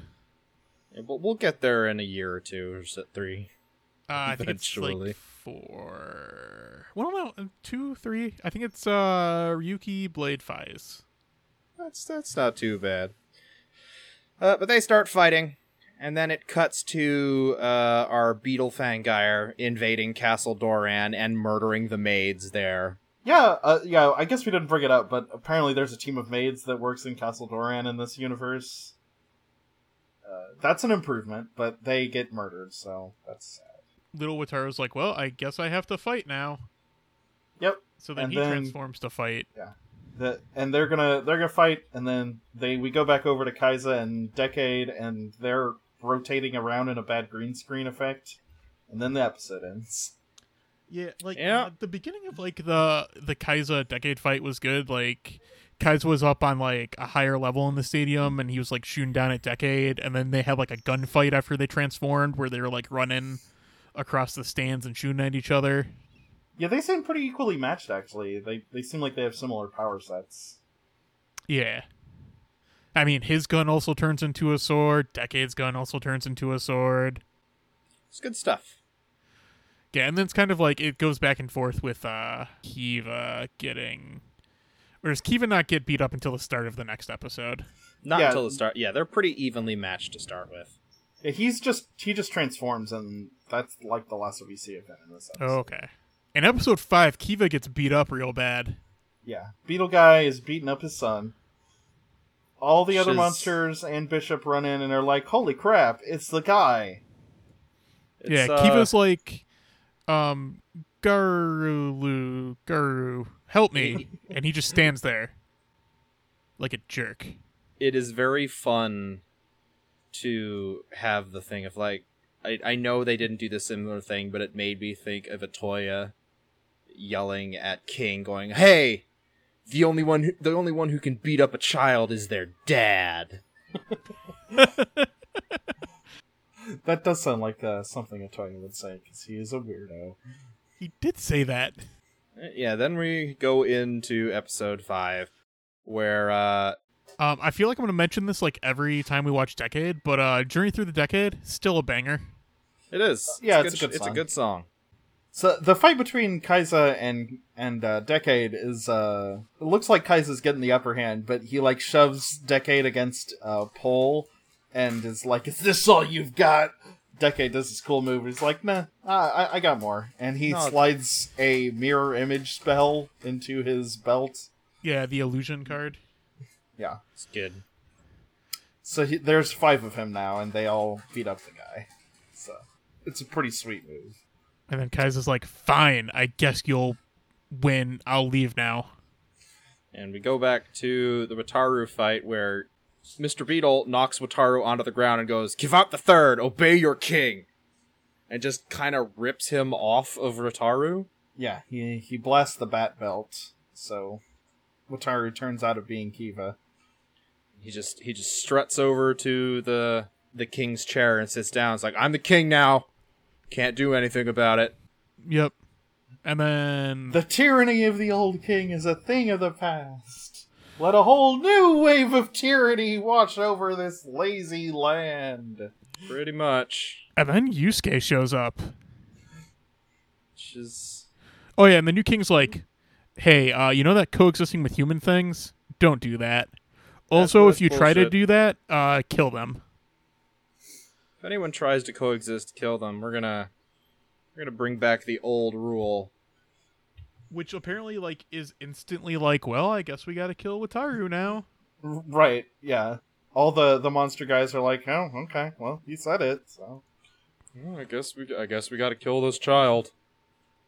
C: Yeah, but we'll get there in a year or two, or so- three.
B: Uh, I think it's
C: Eventually.
B: like four. Well, no, uh, two, three. I think it's uh Ryuki Blade Fize.
C: That's that's not too bad. Uh, but they start fighting, and then it cuts to uh, our Beetle Fangire invading Castle Doran and murdering the maids there.
D: Yeah, uh, yeah. I guess we didn't bring it up, but apparently there's a team of maids that works in Castle Doran in this universe. Uh, that's an improvement, but they get murdered, so that's sad.
B: Little Wataru's like, well, I guess I have to fight now.
D: Yep.
B: So then
D: And
B: he
D: then-
B: transforms to fight.
D: That and they're gonna they're gonna fight, and then they we go back over to Kaiza and Decade, and they're rotating around in a bad green screen effect, and then the episode ends.
B: Yeah, like
C: Yeah.
B: uh, the beginning of like the the Kaiza decade fight was good. Like Kaiza was up on like a higher level in the stadium, and he was like shooting down at Decade, and then they had like a gunfight after they transformed, where they were like running across the stands and shooting at each other.
D: Yeah, they seem pretty equally matched. Actually, they they seem like they have similar power sets.
B: Yeah, I mean his gun also turns into a sword. Decade's gun also turns into a sword.
C: It's good stuff.
B: Yeah, and then it's kind of like it goes back and forth with uh Kiva getting, or does Kiva not get beat up until the start of the next episode?
C: Not
D: Yeah.
C: until the start. Yeah, they're pretty evenly matched to start with.
D: Yeah, he's just he just transforms, and that's like the last we see of him in this episode.
B: Okay. In episode five, Kiva gets beat up real bad.
D: Yeah, Beetle guy is beating up his son. All the other
C: Shiz.
D: monsters and Bishop run in and are like, "Holy crap! It's the guy."
C: It's,
B: yeah,
C: uh,
B: Kiva's like, um, Garulu, Garu, help me. and he just stands there like a jerk.
C: it is very fun to have the thing of like I, I know they didn't do the similar thing, but it made me think of Atoya yelling at King, going, "Hey, the only one who, the only one who can beat up a child is their dad."
D: That does sound like uh, something Atoya would say because he is a weirdo.
B: He did say that.
C: Yeah, then we go into episode five, where uh,
B: Um, I feel like I'm going to mention this like every time we watch Decade, but uh, Journey Through the Decade, still a banger.
C: it is.
D: Yeah,
C: it's, a good, sh- it's a
D: song.
C: good song.
D: So the fight between Kaiza and and uh, Decade is uh it looks like Kaiza's getting the upper hand, but he like shoves Decade against a pole and is like, "Is this all you've got?" Decade does this cool move. He's like, "Nah, I, I- I got more," and he
C: No.
D: slides a mirror image spell into his belt.
B: Yeah, the illusion card.
D: Yeah.
C: It's good.
D: So he, there's five of him now, and they all beat up the guy. So it's a pretty sweet move.
B: And then Kai's is like, fine, I guess you'll win. I'll leave now.
C: And we go back to the Wataru fight where Mr. Beetle knocks Wataru onto the ground and goes, Give out the third, obey your king. And just kind of rips him off of Wataru.
D: Yeah, he he blasts the bat belt, so Wataru turns out of being Kiva.
C: He just he just struts over to the the king's chair and sits down. It's like, I'm the king now. Can't do anything about it.
B: Yep. And then
D: The tyranny of the old king is a thing of the past. Let a whole new wave of tyranny wash over this lazy land.
C: Pretty much.
B: And then Yusuke shows up.
C: Which is
B: Oh yeah, and the new king's like, "Hey, uh, you know that coexisting with human things? Don't do that. Also,
C: That's-
B: if you
C: that's
B: try to
C: bullshit.
B: do that, uh, kill them."
C: if anyone tries to coexist, kill them. We're gonna we're gonna bring back the old rule.
B: Which apparently, like, is instantly like, "Well, I guess we gotta kill Wataru now."
D: R- Right, yeah. All the the monster guys are like, "Oh, okay. Well, you said it." So,
C: Well, I guess we I guess we gotta kill this child.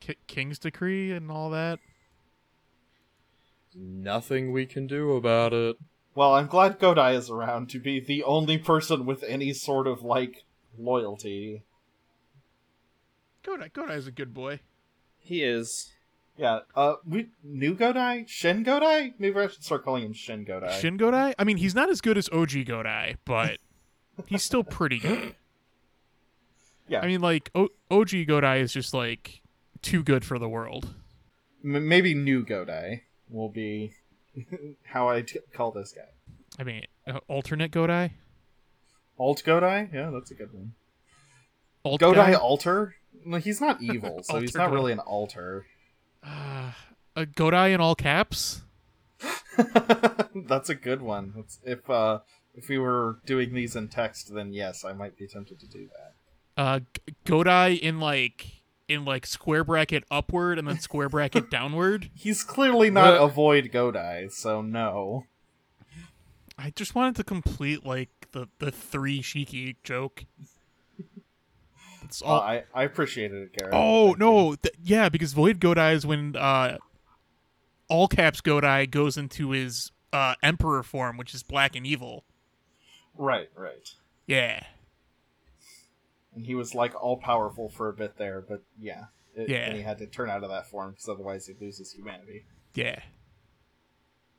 B: K- king's decree and all that.
C: nothing we can do about it.
D: well, I'm glad Godai is around to be the only person with any sort of like loyalty.
B: Godai, Godai's a good boy.
C: He is.
D: Yeah, uh, we new Godai, Shin Godai. Maybe I should start calling him Shin Godai.
B: Shin Godai. I mean, he's not as good as OG Godai, but he's still pretty good.
D: Yeah.
B: I mean, like o- OG Godai is just like too good for the world.
D: M- maybe new Godai will be how I t- call this guy.
B: I mean, uh, alternate Godai,
D: Alt Godai? Yeah, that's a good one.
B: alt
D: Godai
B: guy?
D: Alter? No, he's not evil, so he's
B: Alter
D: not
B: Godai.
D: really an alter.
B: Ah, a Godai in all caps.
D: that's a good one. That's, if uh, if we were doing these in text, then yes, I might be tempted to do that.
B: Uh, G- Godai in like in like square bracket upward and then square bracket downward.
D: He's clearly not
B: Look.
D: avoid Godai, so no.
B: I just wanted to complete like the the three Shiki joke. That's
D: Well,
B: all.
D: Oh, I, I appreciated it, Garrett.
B: oh
D: Thank you.
B: no, th- yeah, because Void Godai is when uh, all caps Godai goes into his uh, Emperor form, which is black and evil.
D: Right, right.
B: Yeah,
D: And he was like all powerful for a bit there, but yeah. It,
B: Yeah.
D: And he had to turn out of that form because otherwise he loses humanity.
B: yeah,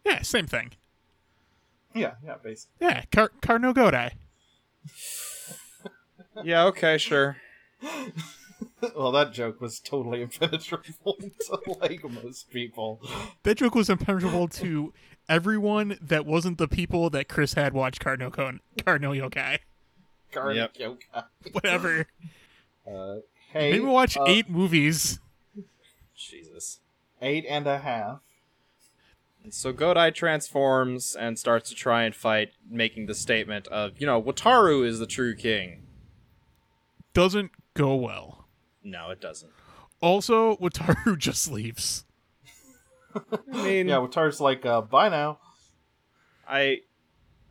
B: yeah. Same thing.
D: Yeah, yeah, basically.
B: Yeah, Car- Carno Godai.
C: Yeah, okay, sure.
D: well, that joke was totally impenetrable to like most people.
B: That joke was impenetrable to everyone that wasn't the people that Chris had watched Carno Con- Carno Yokai.
D: Garlic
C: Yep.
D: yoke.
B: Whatever.
D: Uh, hey,
B: Maybe we'll watch
D: uh,
B: eight movies.
C: Jesus.
D: eight and a half.
C: So Godai transforms and starts to try and fight, making the statement of, you know, Wataru is the true king.
B: Doesn't go well.
C: No, it doesn't.
B: Also, Wataru just leaves.
C: I mean,
D: Yeah, Watar's like, uh, bye now.
C: I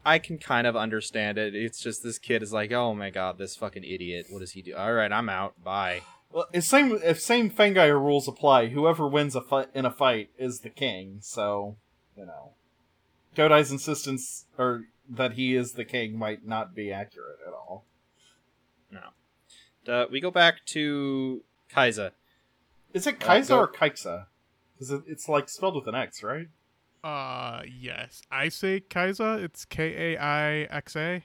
C: I can kind of understand it. It's just this kid is like, oh my god, this fucking idiot. What does he do? All right, I'm out. Bye.
D: Well, if same if same Fangire rules apply, whoever wins a fight in a fight is the king. So you know, Godai's insistence or that he is the king might not be accurate at all.
C: Uh, we go back to Kaiza.
D: Is it
C: Uh,
D: Kaiser
C: Go-
D: or Kaixa? Because it, it's like spelled with an X, right?
B: Uh, yes. I say Kaiza. It's K A I X A.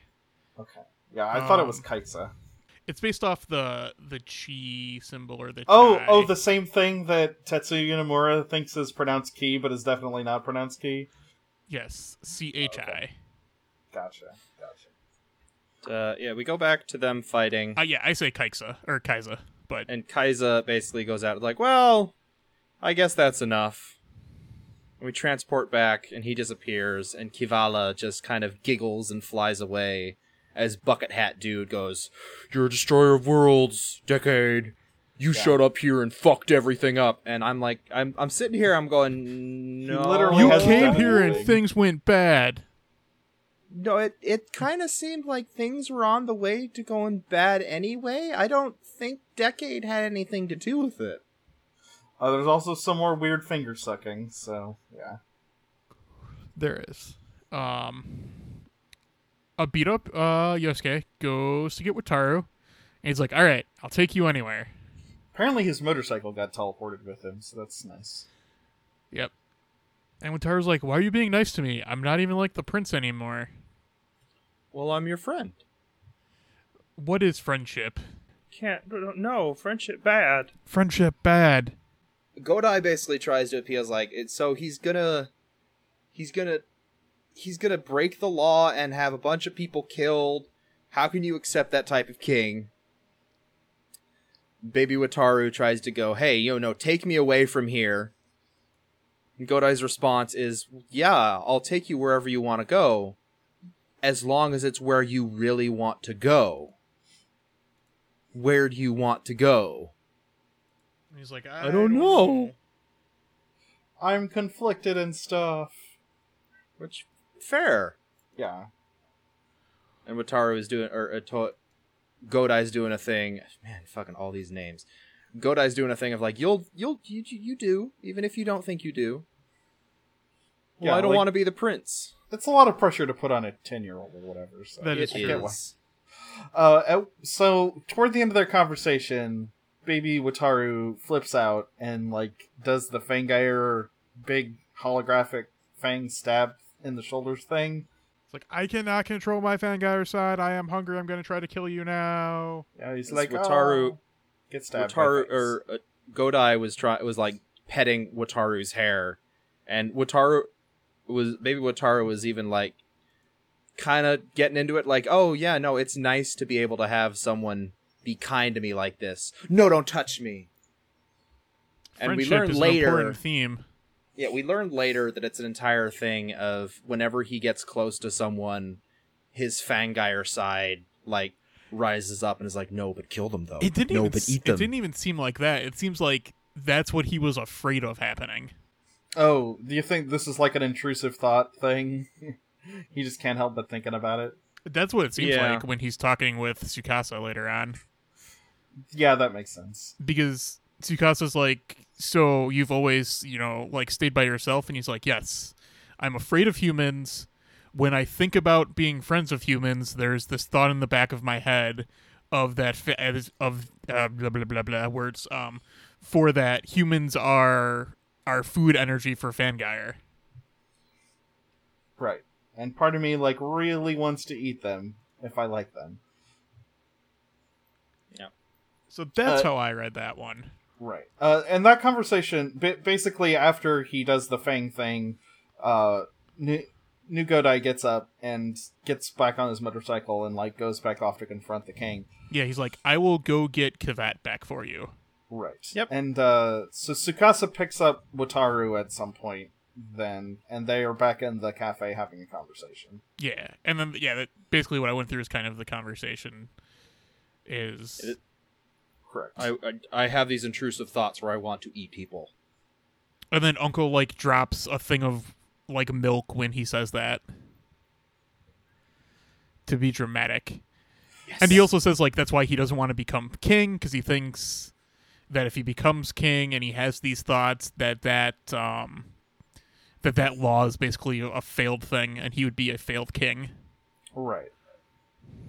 D: Okay. Yeah, I thought it was
B: Um,
D: Kaixa.
B: It's based off the the chi symbol or the
D: Oh,
B: chi.
D: oh, the same thing that Tetsuya Nomura thinks is pronounced key, but is definitely not pronounced key.
B: yes, C H I.
D: Gotcha. Gotcha.
C: Uh, yeah, we go back to them fighting.
B: Uh, yeah, I say Kaixa or Kaiza, but
C: and Kaiza basically goes out like, "Well, I guess that's enough." And we transport back, and he disappears, and Kivala just kind of giggles and flies away as Bucket Hat Dude goes, "You're a destroyer of worlds, decade. You
D: Yeah.
C: showed up here and fucked everything up." And I'm like, I'm I'm sitting here, I'm going, no,
D: literally
B: you
D: has
B: came
D: done
B: here and
D: anything.
B: things went bad.
C: No, it it kind of seemed like things were on the way to going bad anyway. I don't think Decade had anything to do with it.
D: Uh, there's also some more weird finger sucking. So yeah.
B: There is. Um, a beat up uh, Yosuke goes to get Wataru, and he's like, "All right, I'll take you anywhere."
D: Apparently, his motorcycle got teleported with him, so that's nice.
B: Yep. And Wataru's like, "Why are you being nice to me? I'm not even like the prince anymore.
C: Well, I'm your friend.
B: What is friendship?
E: Can't don't know friendship bad.
B: Friendship bad."
C: Godai basically tries to appeal like it so he's gonna he's gonna he's gonna break the law and have a bunch of people killed. How can you accept that type of king? Baby Wataru tries to go, hey, yo, no, take me away from here. And Godai's response is, yeah, I'll take you wherever you want to go, as long as it's where you really want to go. Where do you want to go?
B: And he's like,
C: I don't know."
D: I'm conflicted and stuff.
C: Which, fair.
D: Yeah.
C: and Wataru is doing or uh, to- Godai's doing a thing. Man, fucking all these names. Godai's doing a thing of like you'll you'll you you you do even if you don't think you do. Well,
D: Yeah,
C: I don't
D: like-
C: want to be the prince.
D: It's a lot of pressure to put on a ten-year-old or whatever. So.
B: That is
C: It
B: true.
C: is.
D: Uh, at- so toward the end of their conversation, baby Wataru flips out and like does the Fangire big holographic fang stab in the shoulders thing.
B: It's like, I cannot control my Fangire side. I am hungry. I'm going to try to kill you now.
D: Yeah, he's
C: It's
D: like
C: Wataru-
D: "Oh." Get stabbed. by
C: Wataru
D: things.
C: or uh, Godai was try was like petting Wataru's hair, and Wataru was maybe Wataru was even like kind of getting into it, like, oh yeah, no, it's nice to be able to have someone be kind to me like this. No, don't touch me. And we
B: Friendship
C: learned
B: is
C: later
B: An important theme.
C: yeah, we learned later that it's an entire thing of whenever he gets close to someone, his Fangire side like rises up and is like, "No, but kill them though.
B: It didn't
C: Oh, no,
B: even.
C: but
B: s-
C: eat
B: It
C: them."
B: didn't even seem like that. It seems like that's what he was afraid of happening.
D: Oh, do you think this is like an intrusive thought thing? he just can't help but thinking about it.
B: That's what it seems
C: Yeah.
B: like when he's talking with Tsukasa later on,
D: Yeah, that makes sense.
B: because Tsukasa's like, "So you've always, you know, like stayed by yourself?" And he's like, "Yes, I'm afraid of humans. When I think about being friends with humans, there's this thought in the back of my head of that fa- as- of uh, blah blah blah blah words um for that humans are are food energy for Fangire."
D: Right. And part of me like really wants to eat them if I like them.
B: So that's
D: Uh,
B: how I read that one.
D: Right. Uh, and that conversation, ba- basically, after he does the Fang thing, uh, New, New Godai gets up and gets back on his motorcycle and, like, goes back off to confront the king.
B: Yeah, he's like, I will go get Kavat back for you.
D: Right.
E: Yep.
D: And uh, so Tsukasa picks up Wataru at some point then, and they are back in the cafe having a conversation.
B: Yeah, and then yeah, that basically what I went through is kind of the conversation is
C: It-
D: Correct.
C: I, I I have these intrusive thoughts where I want to eat people.
B: and then Uncle like drops a thing of like milk when he says that to be dramatic. And he also says like that's why he doesn't want to become king cuz he thinks that if he becomes king and he has these thoughts that that um that that law is basically a failed thing and he would be a failed king.
D: right.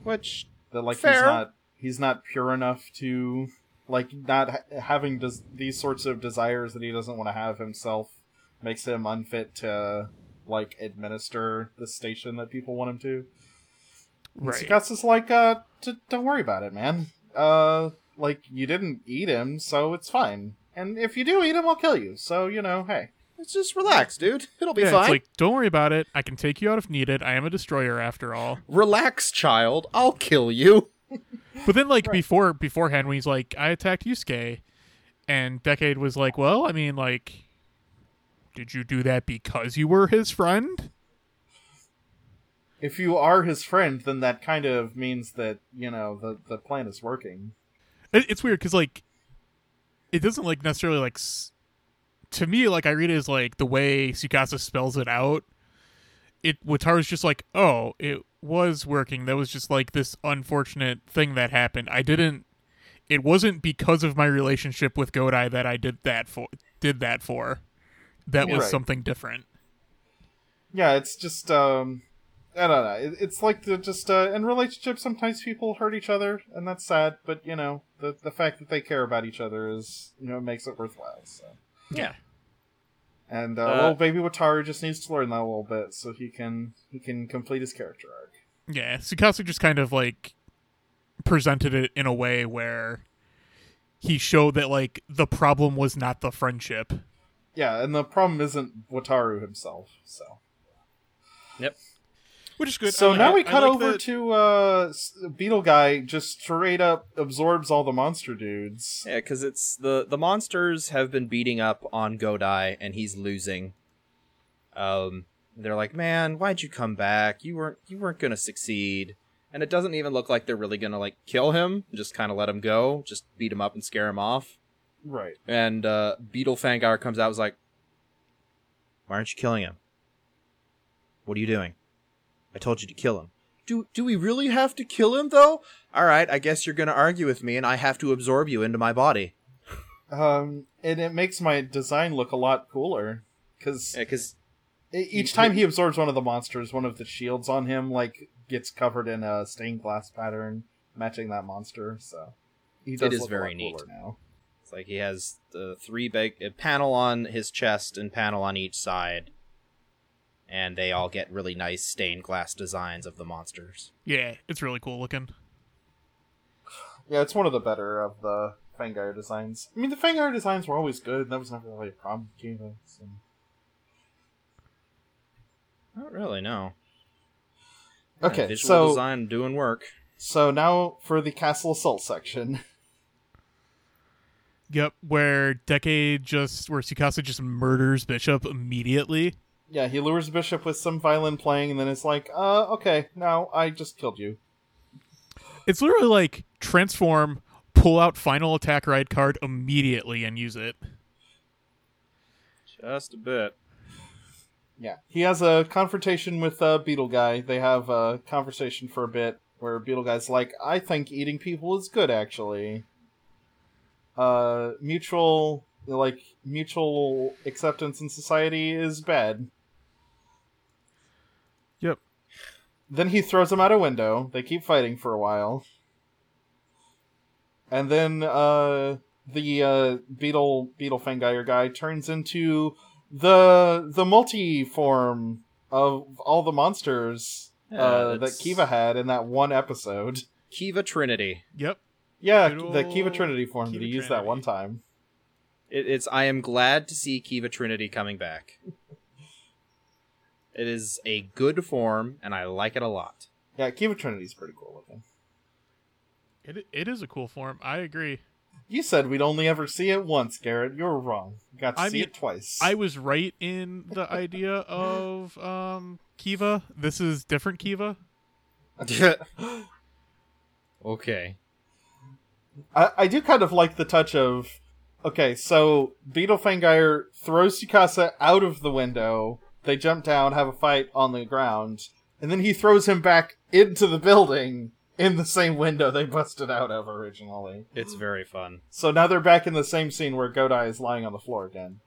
C: Which
D: that like he's
C: Fair.
D: not he's not pure enough to like not ha- having des- these sorts of desires that he doesn't want to have himself makes him unfit to like administer the station that people want him to.
B: Right.
D: Gus is like, uh, d- don't worry about it, man. Uh, like you didn't eat him, so it's fine. And if you do eat him, I'll kill you. So you know, hey.
C: it's just relax, dude. It'll be
B: yeah,
C: fine.
B: it's like don't worry about it. I can take you out if needed. I am a destroyer after all.
C: relax, child. I'll kill you.
B: But then like before beforehand, when he's like, I attacked Yusuke, and Decade was like, well, I mean, like, did you do that because you were his friend?
D: If you are his friend, then that kind of means that you know the the plan is working.
B: It, it's weird because like, it doesn't like necessarily like, s- to me like I read it as like the way Tsukasa spells it out. It Wataru's just like, oh, it was working. That was just like this unfortunate thing that happened. I didn't. It wasn't because of my relationship with Godai that I did that for. Did that for. That was
D: Right.
B: something different.
D: yeah it's just um i don't know it, it's like the just uh in relationships sometimes people hurt each other and that's sad but you know the the fact that they care about each other is you know makes it worthwhile so
B: Yeah.
D: and uh,
C: Uh,
D: well baby wataru just needs to learn that a little bit so he can he can complete his character arc
B: Yeah, Tsukasa just kind of like presented it in a way where he showed that like the problem was not the friendship.
D: yeah and the problem isn't wataru himself so
F: Which is good.
D: so
F: I-
D: now
F: I-
D: we
F: I
D: cut
F: like
D: over
F: that-
D: to uh s- beetle guy just straight up absorbs all the monster dudes
C: Yeah, because it's the the monsters have been beating up on Godai, and he's losing. Um, they're like, man, why'd you come back? You weren't you weren't gonna succeed. And it doesn't even look like they're really gonna like kill him. Just kind of let him go. Just beat him up and scare him off.
D: right
C: And uh, Beetle Fangar comes out. Was like, why aren't you killing him? What are you doing? I told you to kill him. Do do we really have to kill him though? All right, I guess you're gonna argue with me, and I have to absorb you into my body.
D: Um, and it makes my design look a lot cooler because
C: Because
D: each time he absorbs one of the monsters, one of the shields on him like gets covered in a stained glass pattern matching that monster. So he does
C: It is
D: look
C: very
D: a lot
C: neat.
D: cooler now.
C: It's like he has the three big a panel on his chest and panel on each side. and they all get really nice stained glass designs of the monsters.
B: Yeah, it's really cool looking.
D: Yeah, it's one of the better of the Fangar designs. I mean, the Fangar designs were always good. and That was never really a problem with Kiva. So.
C: Not really, no. Yeah,
D: Okay,
C: visual
D: so
C: design doing work.
D: so now for the Castle Assault section.
B: Yep, where Decade just where Tsukasa just murders Bishop immediately.
D: Yeah, he lures Bishop with some violin playing, and then it's like, uh, okay, now I just killed you.
B: It's literally like transform, pull out final attack ride card immediately and use it.
C: Just a bit.
D: Yeah, he has a confrontation with uh, Beetle Guy. They have a conversation for a bit where Beetle Guy's like, "I think eating people is good, actually." Uh, mutual like mutual acceptance in society is bad.
B: Yep.
D: Then he throws him out a window. They keep fighting for a while, and then uh, the uh, Beetle Beetle Fangier guy turns into the the multi form of all the monsters
C: Yeah,
D: uh, that
C: that's-
D: Kiva had in that one episode.
C: Kiva Trinity.
B: Yep.
D: Yeah,
B: Good
D: the Kiva
B: old
D: Trinity form
B: Kiva
D: that he used that one
B: Trinity.
D: time.
C: It, it's I am glad to see Kiva Trinity coming back. it is a good form, and I like it a lot.
D: Yeah, Kiva Trinity's pretty cool looking.
B: It it is a cool form. I agree.
D: You said we'd only ever see it once, Garrett. You're wrong. You got to
B: I
D: see
B: mean,
D: it twice.
B: I was right in the idea of um Kiva. This is different Kiva.
C: Okay.
D: I, I do kind of like the touch of okay, so Beetle Fangier throws Tsukasa out of the window. They jump down, have a fight on the ground, and then he throws him back into the building in the same window they busted out of originally.
C: It's very fun.
D: So now they're back in the same scene where Godai is lying on the floor again.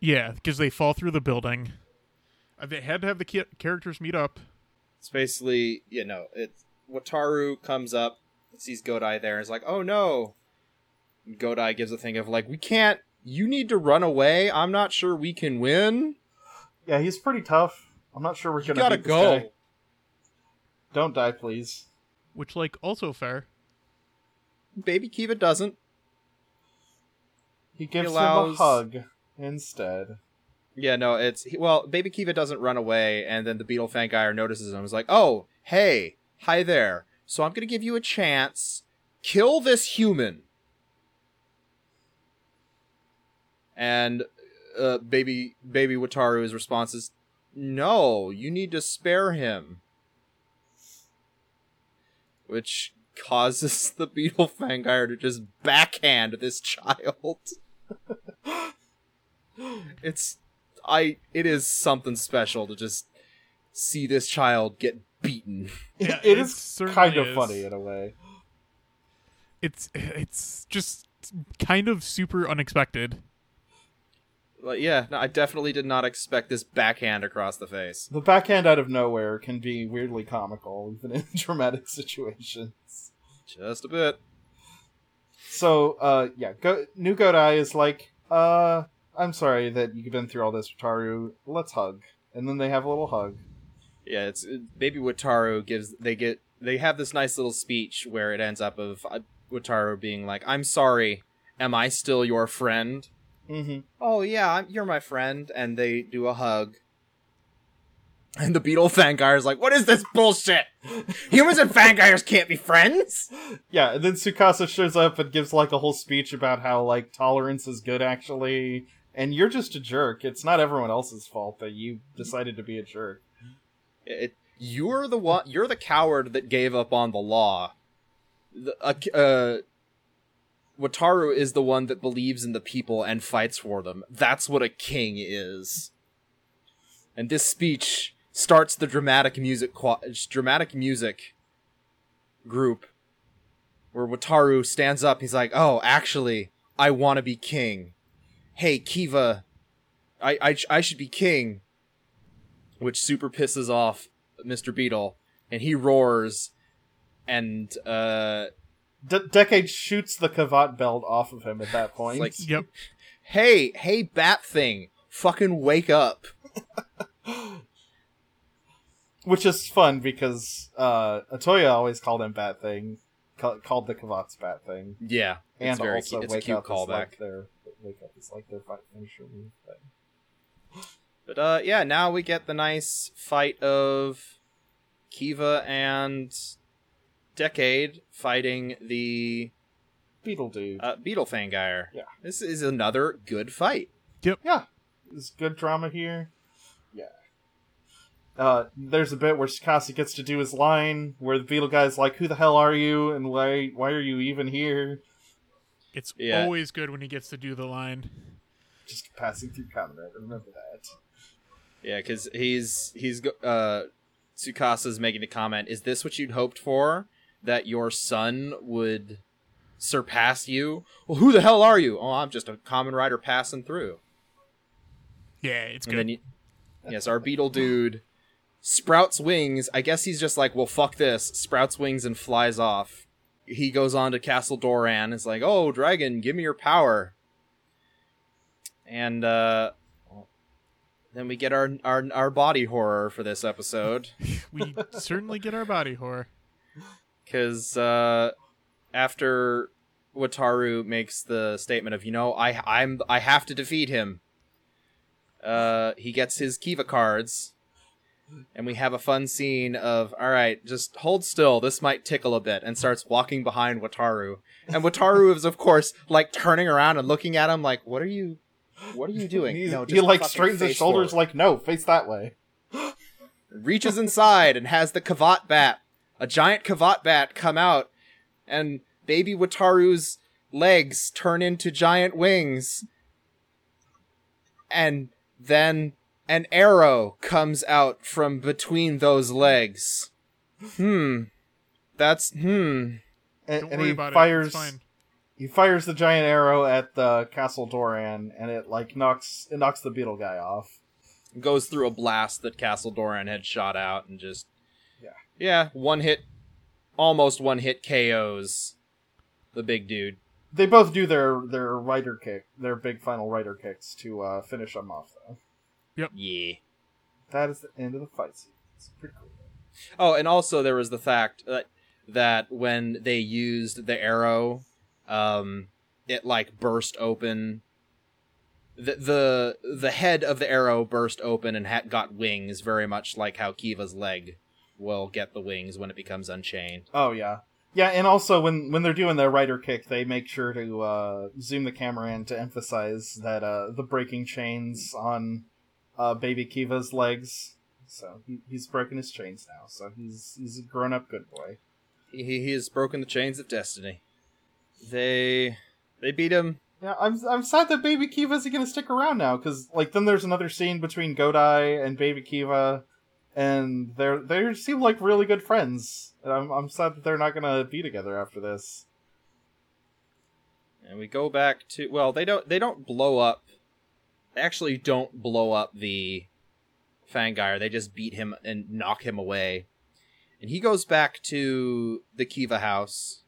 B: Yeah, because they fall through the building. Uh, They had to have the ki- characters meet up.
C: It's basically, you know, it's Wataru comes up, sees Godai there, and is like, oh no. And Godai gives a thing of like, we can't you need to run away. I'm not sure we can win.
D: Yeah, he's pretty tough. I'm not sure we're
C: You
D: gonna
C: gotta
D: beat this
C: go.
D: guy. Don't die, please.
B: Which like also fair.
C: Baby Kiva doesn't.
D: He gives him a
C: allows-
D: hug instead.
C: Yeah, no, it's he- well, Baby Kiva doesn't run away, and then the Beetle Fangire notices him. and is like, "Oh, hey, hi there. So I'm gonna give you a chance. Kill this human." And uh, Baby Baby Wataru's response is, "No, you need to spare him," which causes the Beetle Fangire to just backhand this child. it's I it is something special to just see this child get beaten.
B: Yeah,
D: it
B: it
D: is
B: certainly
D: kind of
B: is.
D: funny in a way.
B: It's it's just kind of super unexpected.
C: Like yeah, no, I definitely did not expect this backhand across the face.
D: The backhand out of nowhere can be weirdly comical, even in dramatic situations.
C: Just a bit.
D: So, uh, yeah, Go- New Godai is like, uh, I'm sorry that you've been through all this, Wataru. Let's hug. And then they have a little hug.
C: Yeah, it's Baby Wataru gives they get they have this nice little speech where it ends up of uh, Wataru being like, "I'm sorry, am I still your friend?"
D: Mm-hmm.
C: Oh yeah, I'm, you're my friend, and they do a hug. And the Beetle Fangire is like, "What is this bullshit? Humans and Fangires can't be friends."
D: Yeah, and then Tsukasa shows up and gives, like, a whole speech about how, like, tolerance is good, actually. And you're just a jerk. It's not everyone else's fault that you decided to be a jerk.
C: It, you're the one. You're the coward that gave up on the law. The, uh, uh, Wataru is the one that believes in the people and fights for them. That's what a king is. And this speech starts the dramatic music qua- dramatic music group, where Wataru stands up. He's like, "Oh, actually, I want to be king. Hey, Kiva, I I, I should be king." which super pisses off Mr. Beetle, and he roars, and uh,
D: De- Decade shoots the Kavat belt off of him at that point.
C: like-
B: Yep.
C: Hey, hey, bat thing, fucking wake up.
D: Which is fun because uh, Atoya always called him Bat Thing, ca- called the Kavats Bat Thing.
C: Yeah,
D: and
C: it's very
D: also
C: cute. It's a
D: wake
C: cute
D: up
C: callback.
D: is like their wake up is like their fight finisher move. But
C: But uh, yeah, now we get the nice fight of Kiva and Decade fighting the
D: Beetle dude,
C: uh, Beetle Fangire.
D: Yeah.
C: This is another good fight.
D: yeah, there's good drama here. Yeah, uh, there's a bit where Sakasa gets to do his line where the Beetle guy's like, "Who the hell are you? And why why are you even here?
B: It's
C: Yeah.
B: always good when he gets to do the line.
D: Just passing through Commoner. Remember that."
C: Yeah, because he's he's go- uh, Tsukasa's making a comment. Is this what you'd hoped for? That your son would surpass you? Well, who the hell are you? Oh, I'm just a common rider passing through.
B: Yeah, it's
C: And then
B: good.
C: you, yes, our beetle dude sprouts wings. I guess he's just like, well, fuck this. Sprouts wings and flies off. He goes on to Castle Doran. It's like, oh, dragon, give me your power. And uh, then we get our, our our body horror for this episode
B: we certainly get our body horror.
C: because uh, after Wataru makes the statement of, you know, I I'm I have to defeat him. Uh, he gets his Kiva cards, and we have a fun scene of, all right, just hold still. This might tickle a bit, and starts walking behind Wataru, and Wataru is of course like turning around and looking at him like, what are you, what are you doing?
D: He,
C: No,
D: he,
C: just
D: like
C: fucking
D: straightens his
C: face
D: shoulders,
C: forward."
D: like, "No, face that way."
C: reaches inside and has the Kavat bat, a giant Kavat bat, come out, and baby Wataru's legs turn into giant wings. And then an arrow comes out from between those legs. Hmm. That's hmm.
D: And,
B: Don't
D: and
B: worry
D: he
B: about
D: fires.
B: it. It's fine.
D: he fires the giant arrow at the castle Doran, and it like knocks it knocks the beetle guy off.
C: Goes through a blast that Castle Doran had shot out and just
D: Yeah.
C: Yeah, one hit almost one hit KOs the big dude.
D: They both do their their rider kick, their big final rider kicks to uh, finish him off. Though
C: Yeah.
D: that is the end of the fight scene. It's pretty cool.
C: Oh, and also there was the fact that that when they used the arrow, um, it like burst open. The the the head of the arrow burst open and ha- got wings, very much like how Kiva's leg will get the wings when it becomes unchained.
D: Oh yeah, yeah, and also when when they're doing their rider kick, they make sure to uh, zoom the camera in to emphasize that uh, the breaking chains on uh, baby Kiva's legs. So he, he's broken his chains now. So he's he's a grown up good boy.
C: He he has broken the chains of destiny. They they beat him.
D: Yeah, I'm I'm sad that Baby Kiva isn't gonna stick around now because like then there's another scene between Godai and Baby Kiva, and they're they seem like really good friends. And I'm I'm sad that they're not gonna be together after this.
C: And we go back to well, they don't they don't blow up. They actually don't blow up the Fangire. They just beat him and knock him away. And he goes back to the Kiva house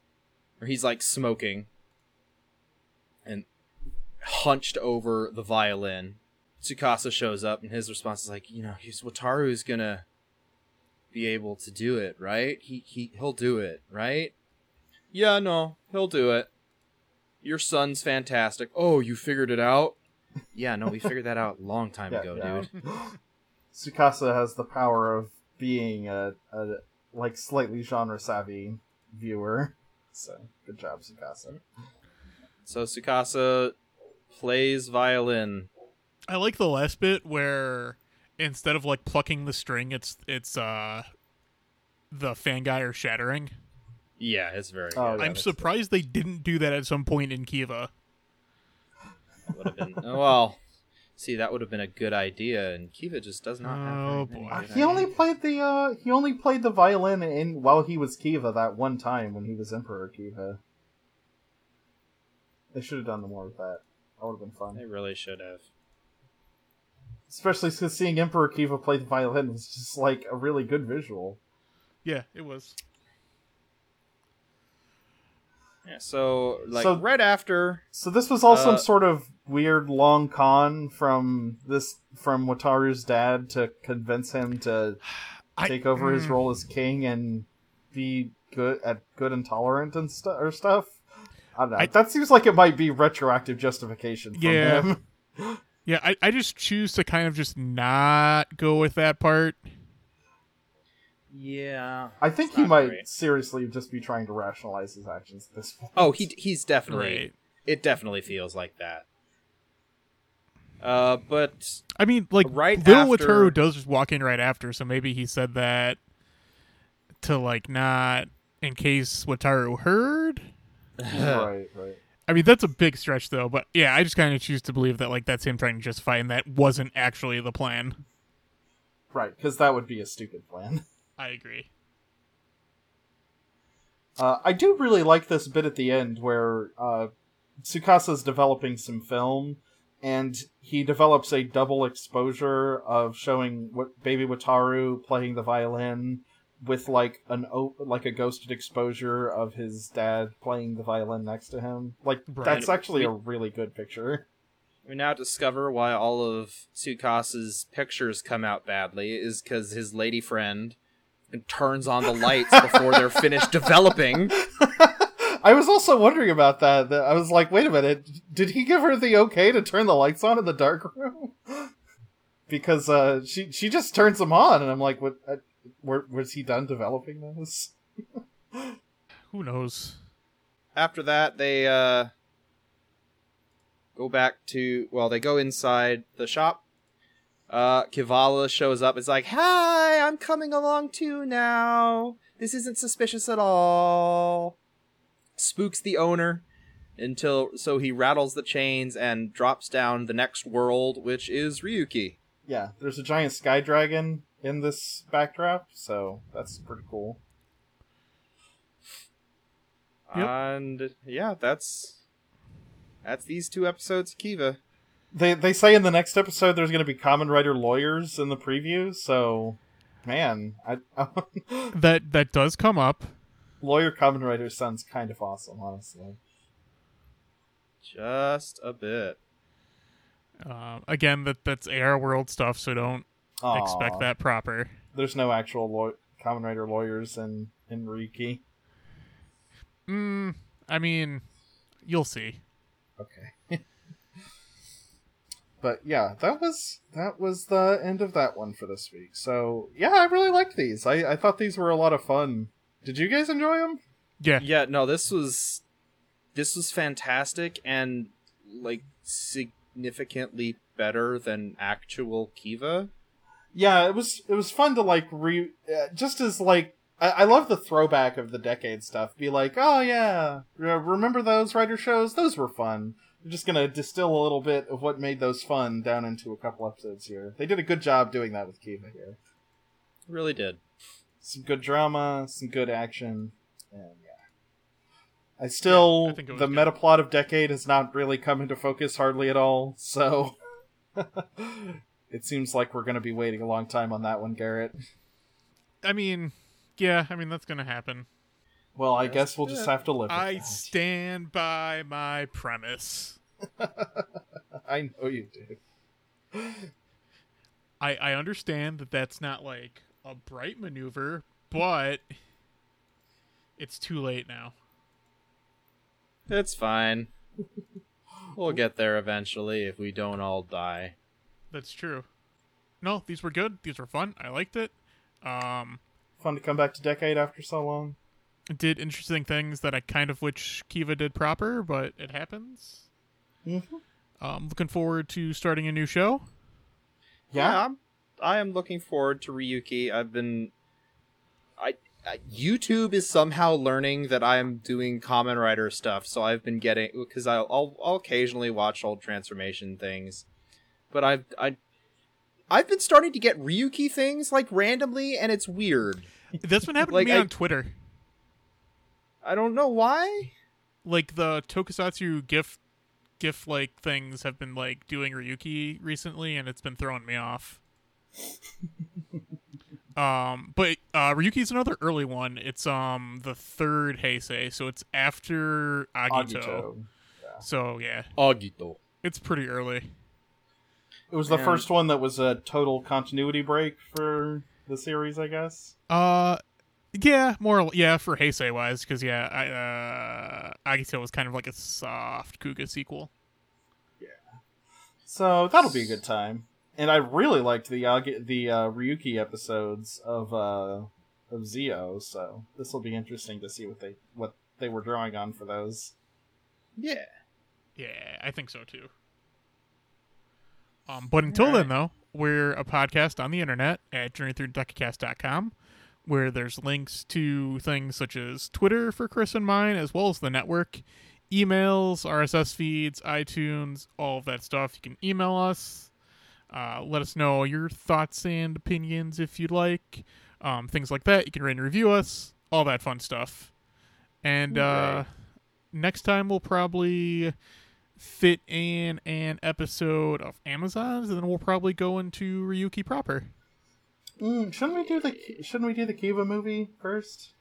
C: where he's like smoking and hunched over the violin. Tsukasa shows up and his response is like, you know, he's Wataru's gonna be able to do it, right? He he he'll do it, right? Yeah, no, he'll do it your son's fantastic. Oh, you figured it out? Yeah, no, we figured that out a long time
D: Yeah,
C: ago,
D: yeah.
C: dude.
D: Tsukasa has the power of being a, a like slightly genre savvy viewer. So good job, Tsukasa.
C: So Sukasa plays violin.
B: I like the last bit where instead of like plucking the string, it's it's uh the fangire shattering.
C: Yeah, it's very good.
D: Oh, yeah,
B: I'm
D: that's-
B: surprised they didn't do that at some point in Kiva.
C: Would have been oh, well. See, that would have been a good idea, and Kiva just does not have.
B: Oh,
C: very many
B: boy.
C: good
D: He only
C: ideas.
D: played the uh, he only played the violin in while he was Kiva that one time when he was Emperor Kiva. They should have done the more of that. That would have been
C: They
D: fun.
C: really should have.
D: Especially since seeing Emperor Kiva play the violin was just like a really good visual.
B: Yeah, it was.
C: Yeah, so like
D: So-
C: right after
D: So this was all
C: Uh,
D: some sort of weird long con from this from Wataru's dad to convince him to
B: I-
D: take over his
B: mm.
D: role as king and be good at good and tolerant and stu- or stuff. I don't know.
B: I-
D: that seems like it might be retroactive justification. From
B: Yeah.
D: him.
B: Yeah, I, I just choose to kind of just not go with that part.
C: yeah.
D: I think
C: It's
D: he
C: not
D: might
C: great.
D: seriously just be trying to rationalize his actions at this point.
C: Oh, he he's definitely
B: Right.
C: it definitely feels like that. Uh, but
B: I mean, like
C: Right
B: Lil
C: after-
B: Wataru does just walk in right after, so maybe he said that to like not in case Wataru heard.
D: right, right.
B: I mean, that's a big stretch though, but yeah, I just kind of choose to believe that like that's him trying to justify, and that wasn't actually the plan.
D: Right, because that would be a stupid plan.
B: I agree.
D: Uh, I do really like this bit at the end where uh, Tsukasa's developing some film, and he develops a double exposure of showing what Baby Wataru playing the violin with like an o- like a ghosted exposure of his dad playing the violin next to him. Like
B: Right.
D: that's actually a really good picture.
C: we now discover why all of Tsukasa's pictures come out badly is because his lady friend turns on the lights before they're finished developing.
D: I was also wondering about that. that I was like, wait a minute, did he give her the okay to turn the lights on in the dark room? because uh, she she just turns them on, and I'm like, what? Uh, were, was he done developing those?
B: Who knows?
C: After that, they uh, go back to well, they go inside the shop. Uh, Kivala shows up. It's like, "Hi, I'm coming along too now. This isn't suspicious at all." Spooks the owner until so he rattles the chains and drops down the next world, which is Ryuki.
D: Yeah, there's a giant sky dragon in this backdrop, so that's pretty cool.
B: Yep.
C: And yeah, that's that's these two episodes of Kiva.
D: They they say in the next episode there's going to be common writer lawyers in the preview, so man, I,
B: That that does come up.
D: lawyer common writer sounds kind of awesome, honestly.
C: Just a bit.
B: Um, again, that that's AR world stuff, so don't expect
D: Aw.
B: that proper.
D: There's no actual law- common writer lawyers in in Riki.
B: Mm, I mean, you'll see.
D: Okay. but yeah, that was that was the end of that one for this week. So yeah, I really liked these. I I thought these were a lot of fun. Did you guys enjoy them?
B: Yeah,
C: yeah no this was this was fantastic and like significantly better than actual kiva
D: Yeah, it was it was fun to like re uh, just as like I, I love the throwback of the decade stuff. Be like, oh yeah, re- remember those writer shows? Those were fun. I'm just gonna distill a little bit of what made those fun down into a couple episodes here. They did a good job doing that with Kiva here.
C: really did
D: Some good drama, some good action, and yeah. I still
B: Yeah, I think it was
D: the
B: good.
D: meta plot of decade has not really come into focus hardly at all. So it seems like we're gonna be waiting a long time on that one, Garrett.
B: I mean, yeah, I mean that's gonna happen.
D: Well, I guess we'll just
C: Yeah.
D: have to live. With
B: I
D: that.
B: stand by my premise.
D: I know you do.
B: I I understand that that's not like a bright maneuver, but it's too late now.
C: it's fine we'll get there eventually if we don't all die
B: That's true. No, these were good. These were fun. I liked it. Um,
D: Fun to come back to Decade after so long.
B: did interesting things that I kind of wish Kiva did proper, but it happens.
C: Mm-hmm.
D: Mhm.
B: Um, looking forward to starting a new show.
D: Yeah.
C: I'm, i am looking forward to ryuki i've been I, I youtube is somehow learning that i am doing common writer stuff so i've been getting because I'll, I'll i'll occasionally watch old transformation things but i've i I've been starting to get Ryuki things like randomly, and it's weird.
B: That's been happening
C: Like,
B: to me
C: I-
B: on Twitter.
C: I don't know why.
B: Like the Tokusatsu gift gift like things have been like doing Ryuki recently and it's been throwing me off. Um, but uh, Ryuki's another early one. It's um the third Heisei, so it's after Agito.
D: Agito.
B: So yeah,
F: Agito.
B: it's pretty early.
D: It was the
C: And-
D: first one that was a total continuity break for the series, I guess.
B: Uh, yeah, more yeah for Heisei wise, because yeah, I, uh, Agito was kind of like a soft Kuga sequel.
D: So that'll be a good time. And I really liked the Yagi- the uh, Ryuki episodes of uh, of Zio, so this will be interesting to see what they what they were drawing on for those.
C: Yeah.
B: Yeah, I think so too. Um, but until then, though, we're a podcast on the internet at journeythroughdecacast.com, where there's links to things such as Twitter for Chris and mine, as well as the network, emails, RSS feeds, iTunes, all of that stuff. You can email us. Uh, let us know your thoughts and opinions if you'd like. Um, things like that. You can rate and review us. All that fun stuff. And uh, next time we'll probably fit in an episode of Amazon's, and then we'll probably go into Ryuki proper.
D: Mm, shouldn't we do the Shouldn't we do the Kiva movie first?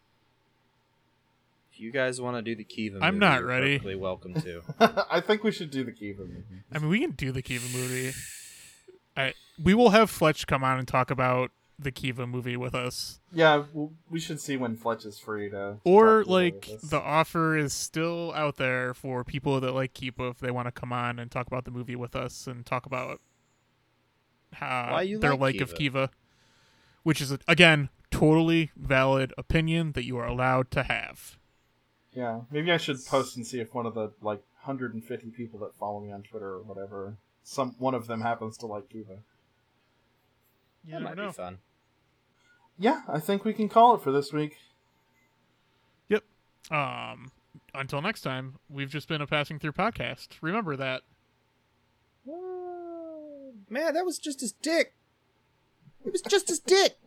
C: If you guys want to do the Kiva,
B: I'm
C: movie,
B: not
C: you're
B: ready.
C: perfectly welcome to.
D: I think we should do the Kiva movie.
B: I mean, we can do the Kiva movie. I we will have Fletch come on and talk about the Kiva movie with us,
D: Yeah, w- we should see when Fletch is free to.
B: or
D: talk more
B: like
D: with us.
B: the offer is still out there for people that like Kiva if they want to come on and talk about the movie with us and talk about how
C: Why you
B: their
C: like
B: like of Kiva, which is again totally valid opinion that you are allowed to have.
D: Yeah, maybe I should post and see if one of the like 150 people that follow me on Twitter or whatever, some one of them happens to like Kiva.
B: You
C: that
B: never
C: might
B: know.
C: be fun.
D: Yeah, I think we can call it for this week.
B: Yep. Um, until next time, we've just been a passing through podcast. Remember that.
C: Man, that was just his dick. It was just his dick.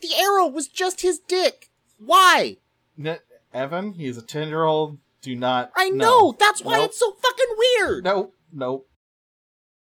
C: The arrow was just his dick. Why?
D: Ne- Evan, he's a 10 year old. Do not.
G: I
D: no.
G: know. That's why
D: Nope.
G: it's so fucking weird.
D: Nope. Nope.